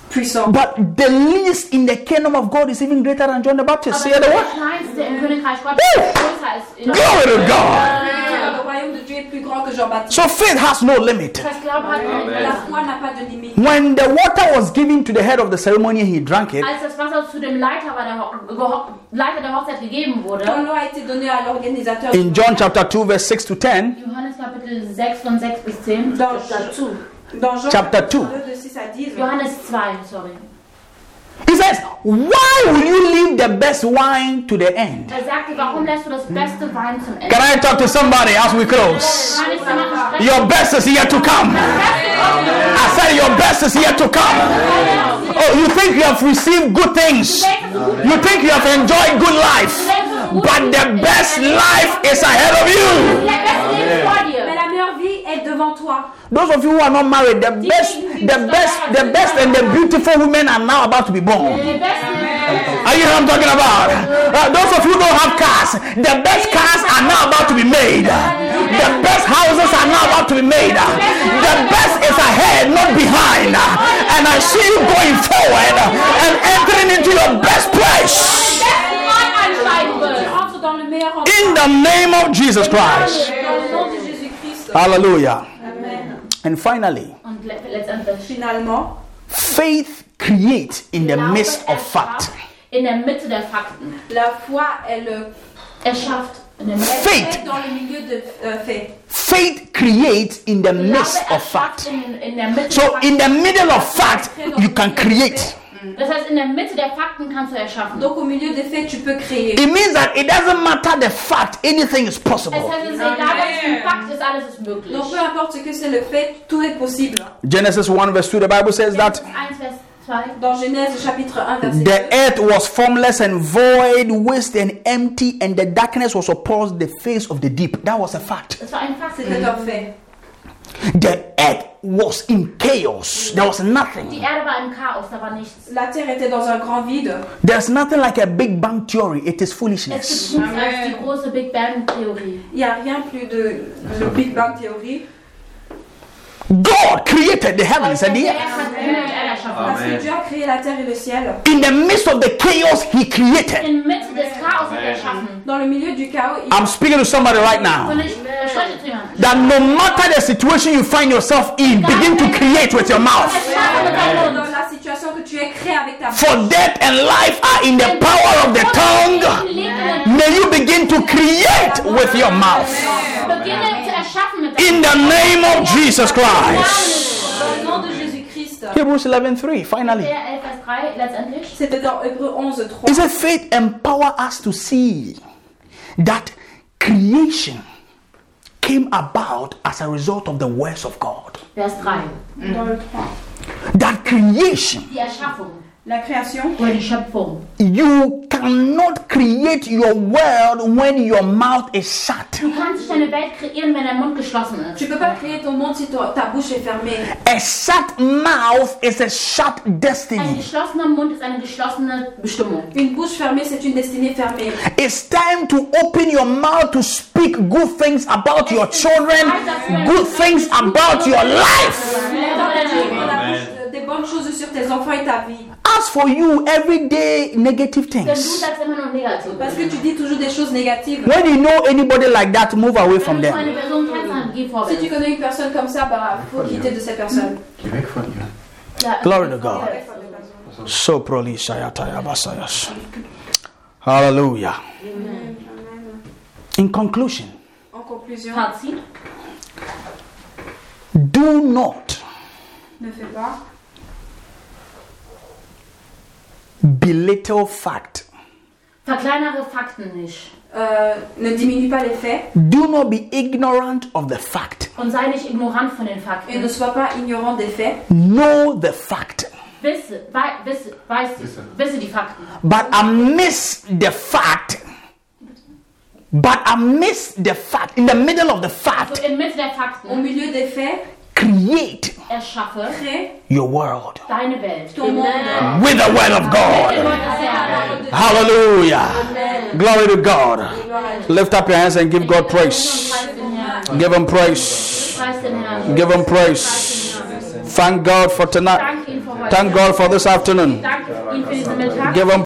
puissants. But the least in the kingdom of God is even greater than John the Baptist. Aber Say der the word. Kleinste im Königreich Gottes Woo! ist größer als Glory to God. Le royaume de Dieu est plus grand que Jean-Baptiste. So faith has no limit. Das Glauben hat keine Amen. La Grenzen. foi n'a pas de limite. When the water was given to the head of the ceremony, he drank it. Als das Wasser zu dem Leiter, war der Ho- Geho- Leiter der Hochzeit gegeben wurde, Quand l'eau a été donnée à l'organisateur, In John chapter 2, verse 6 to 10, Johannes Kapitel 6 von 6 bis 10, dans, Tattoo. dans Jean Chapter chapitre two. deux, de 6 à 10, Johannes 2, sorry. he says, Why will you leave leave the best wine to the end? Er sagte, warum lässt du das Hm. beste Wein zum Ende? Can I talk to somebody as we close? Kann ich jemanden sprechen? Your best is yet to come. I said, Your best is yet to come. Oh, you think you have received good things, you think you have enjoyed good life, but the best life is ahead of you. Der beste Leben vor Mais dir. la meilleure vie est devant toi. Those of you who are not married, the best, the best, the best, and the beautiful women are now about to be born. Die beste Are you know what I'm talking about? Uh, those of you who don't have cars, the best cars are now about to be made. Uh, The best houses are now about to be made. Uh, The best is ahead, not behind. Uh, And I see you going forward uh, and entering into your best place. besten Ort ansteigen Tu wirst. rentres dans le meilleur endroit. In the name of Jesus Christ. Dans le nom de Jésus-Christ. Ah. Hallelujah. Amen. And finally, Und le- letztendlich. Finalement, faith creates in the Glaube midst of fact. erschafft In der Mitte der Fakten. la foi est le Er schafft in der Mitte. Faith est dans le milieu de euh, fait. Faith creates in the Glaube midst of erschafft fact. In, in der Mitte So, der in Fakten. the middle of fact, you can create. Das heißt, in der Mitte der Fakten kannst du erschaffen. Donc au milieu des faits, tu peux créer. It means that it doesn't matter the fact, anything is Das possible. heißt, es ist egal, was für ein Fakt ist, alles ist möglich. Donc peu importe ce que c'est le fait, tout est possible. Genesis 1, verse 2, the Bible says that 1, Vers 2. Dans Genèse chapitre 1, verset 2, the earth was formless and void, waste and empty, and the darkness was upon the face of the deep. That was a fact. Das war ein Fakt. c'était un fait. The earth was in chaos, there was Die nothing. Erde war im Chaos, da war nichts. La terre était dans un grand vide. There's nothing like a Big Bang theory, it is Es gibt foolishness. nichts als die große Big Bang-Theorie. Il n'y a rien plus de le Big Bang Theory. God created the heavens and the Der earth. hat den Himmel und Erde erschaffen. Parce que Amen. Dieu a créé la terre et le ciel. In the midst of the chaos, He created. Inmitten des Chaos hat er erschaffen. Dans le milieu du chaos, il I'm speaking to somebody right Und now. ich ich spreche zu jemandem. That no matter the situation you find yourself in, begin to create with your mouth. Es schaffe mit deinem dans Mund. la situation que tu es créé avec ta For death and life are in the power of the tongue. May you begin to create with your mouth. Beginne zu erschaffen mit In deinem the name of Jesus Christ. Dans le nom de Jésus-Christ. Hebrews 11:3. Finally, Der 11 Vers 3 letztendlich. C'était dans Hébreu 11, 3. it said faith empower us to see that creation came about as a result of the words of God. Vers 3. Dans le 3. That creation Die Erschaffung La création. oder die Schöpfung. You cannot create your world when your mouth is shut. Du kannst nicht deine Welt kreieren, wenn dein Mund geschlossen ist. Tu peux pas créer ton monde si ton- ta bouche est fermée. A shut mouth is a shut Ein destiny. geschlossener Mund ist eine geschlossene Bestimmung. Une bouche fermée, c'est une destinée fermée. It's time to open your mouth to speak good things about your children, good things about your life. Il est temps de dire la bouche, euh, des bonnes choses sur tes enfants et ta vie. As for you, everyday negative Denn du things. sagst immer nur negativ. Parce que tu dis toujours des choses négatives. When you know anybody like that, move away from Wenn du so them. eine Person kennst, dann geh Si tu vorwärts. connais une personne comme ça, bah, faut quitter de ces personnes. Geh weg von ihr. Ja. Glory to God. So proli shayataya basayas. Hallelujah. In conclusion, En conclusion, Fazit. do not ne fais pas. belittle fact. Verkleinere Fakten nicht. Euh, ne diminue pas les faits Do not be ignorant of the fact. Und sei nicht ignorant von den et ne Fakten. sois pas ignorant des faits. Know the fact. Wisse, wei, wisse, weißt du, Wisse. wisse die Fakten. But amidst the fact, but amidst the fact, in the middle of the fact, So inmitten der Au Fakten milieu des faits, create erschaffe crée your world deine Welt. ton monde. with the word of God. Hallelujah. Glory to God. Lift up your hands and give God praise. Preis den Herrn. Give him praise. Preis den Herrn. Give him praise. Thank God for tonight. Dank ihn für heute. Thank God for this afternoon. Dank ihn für diesen Mittag. Give him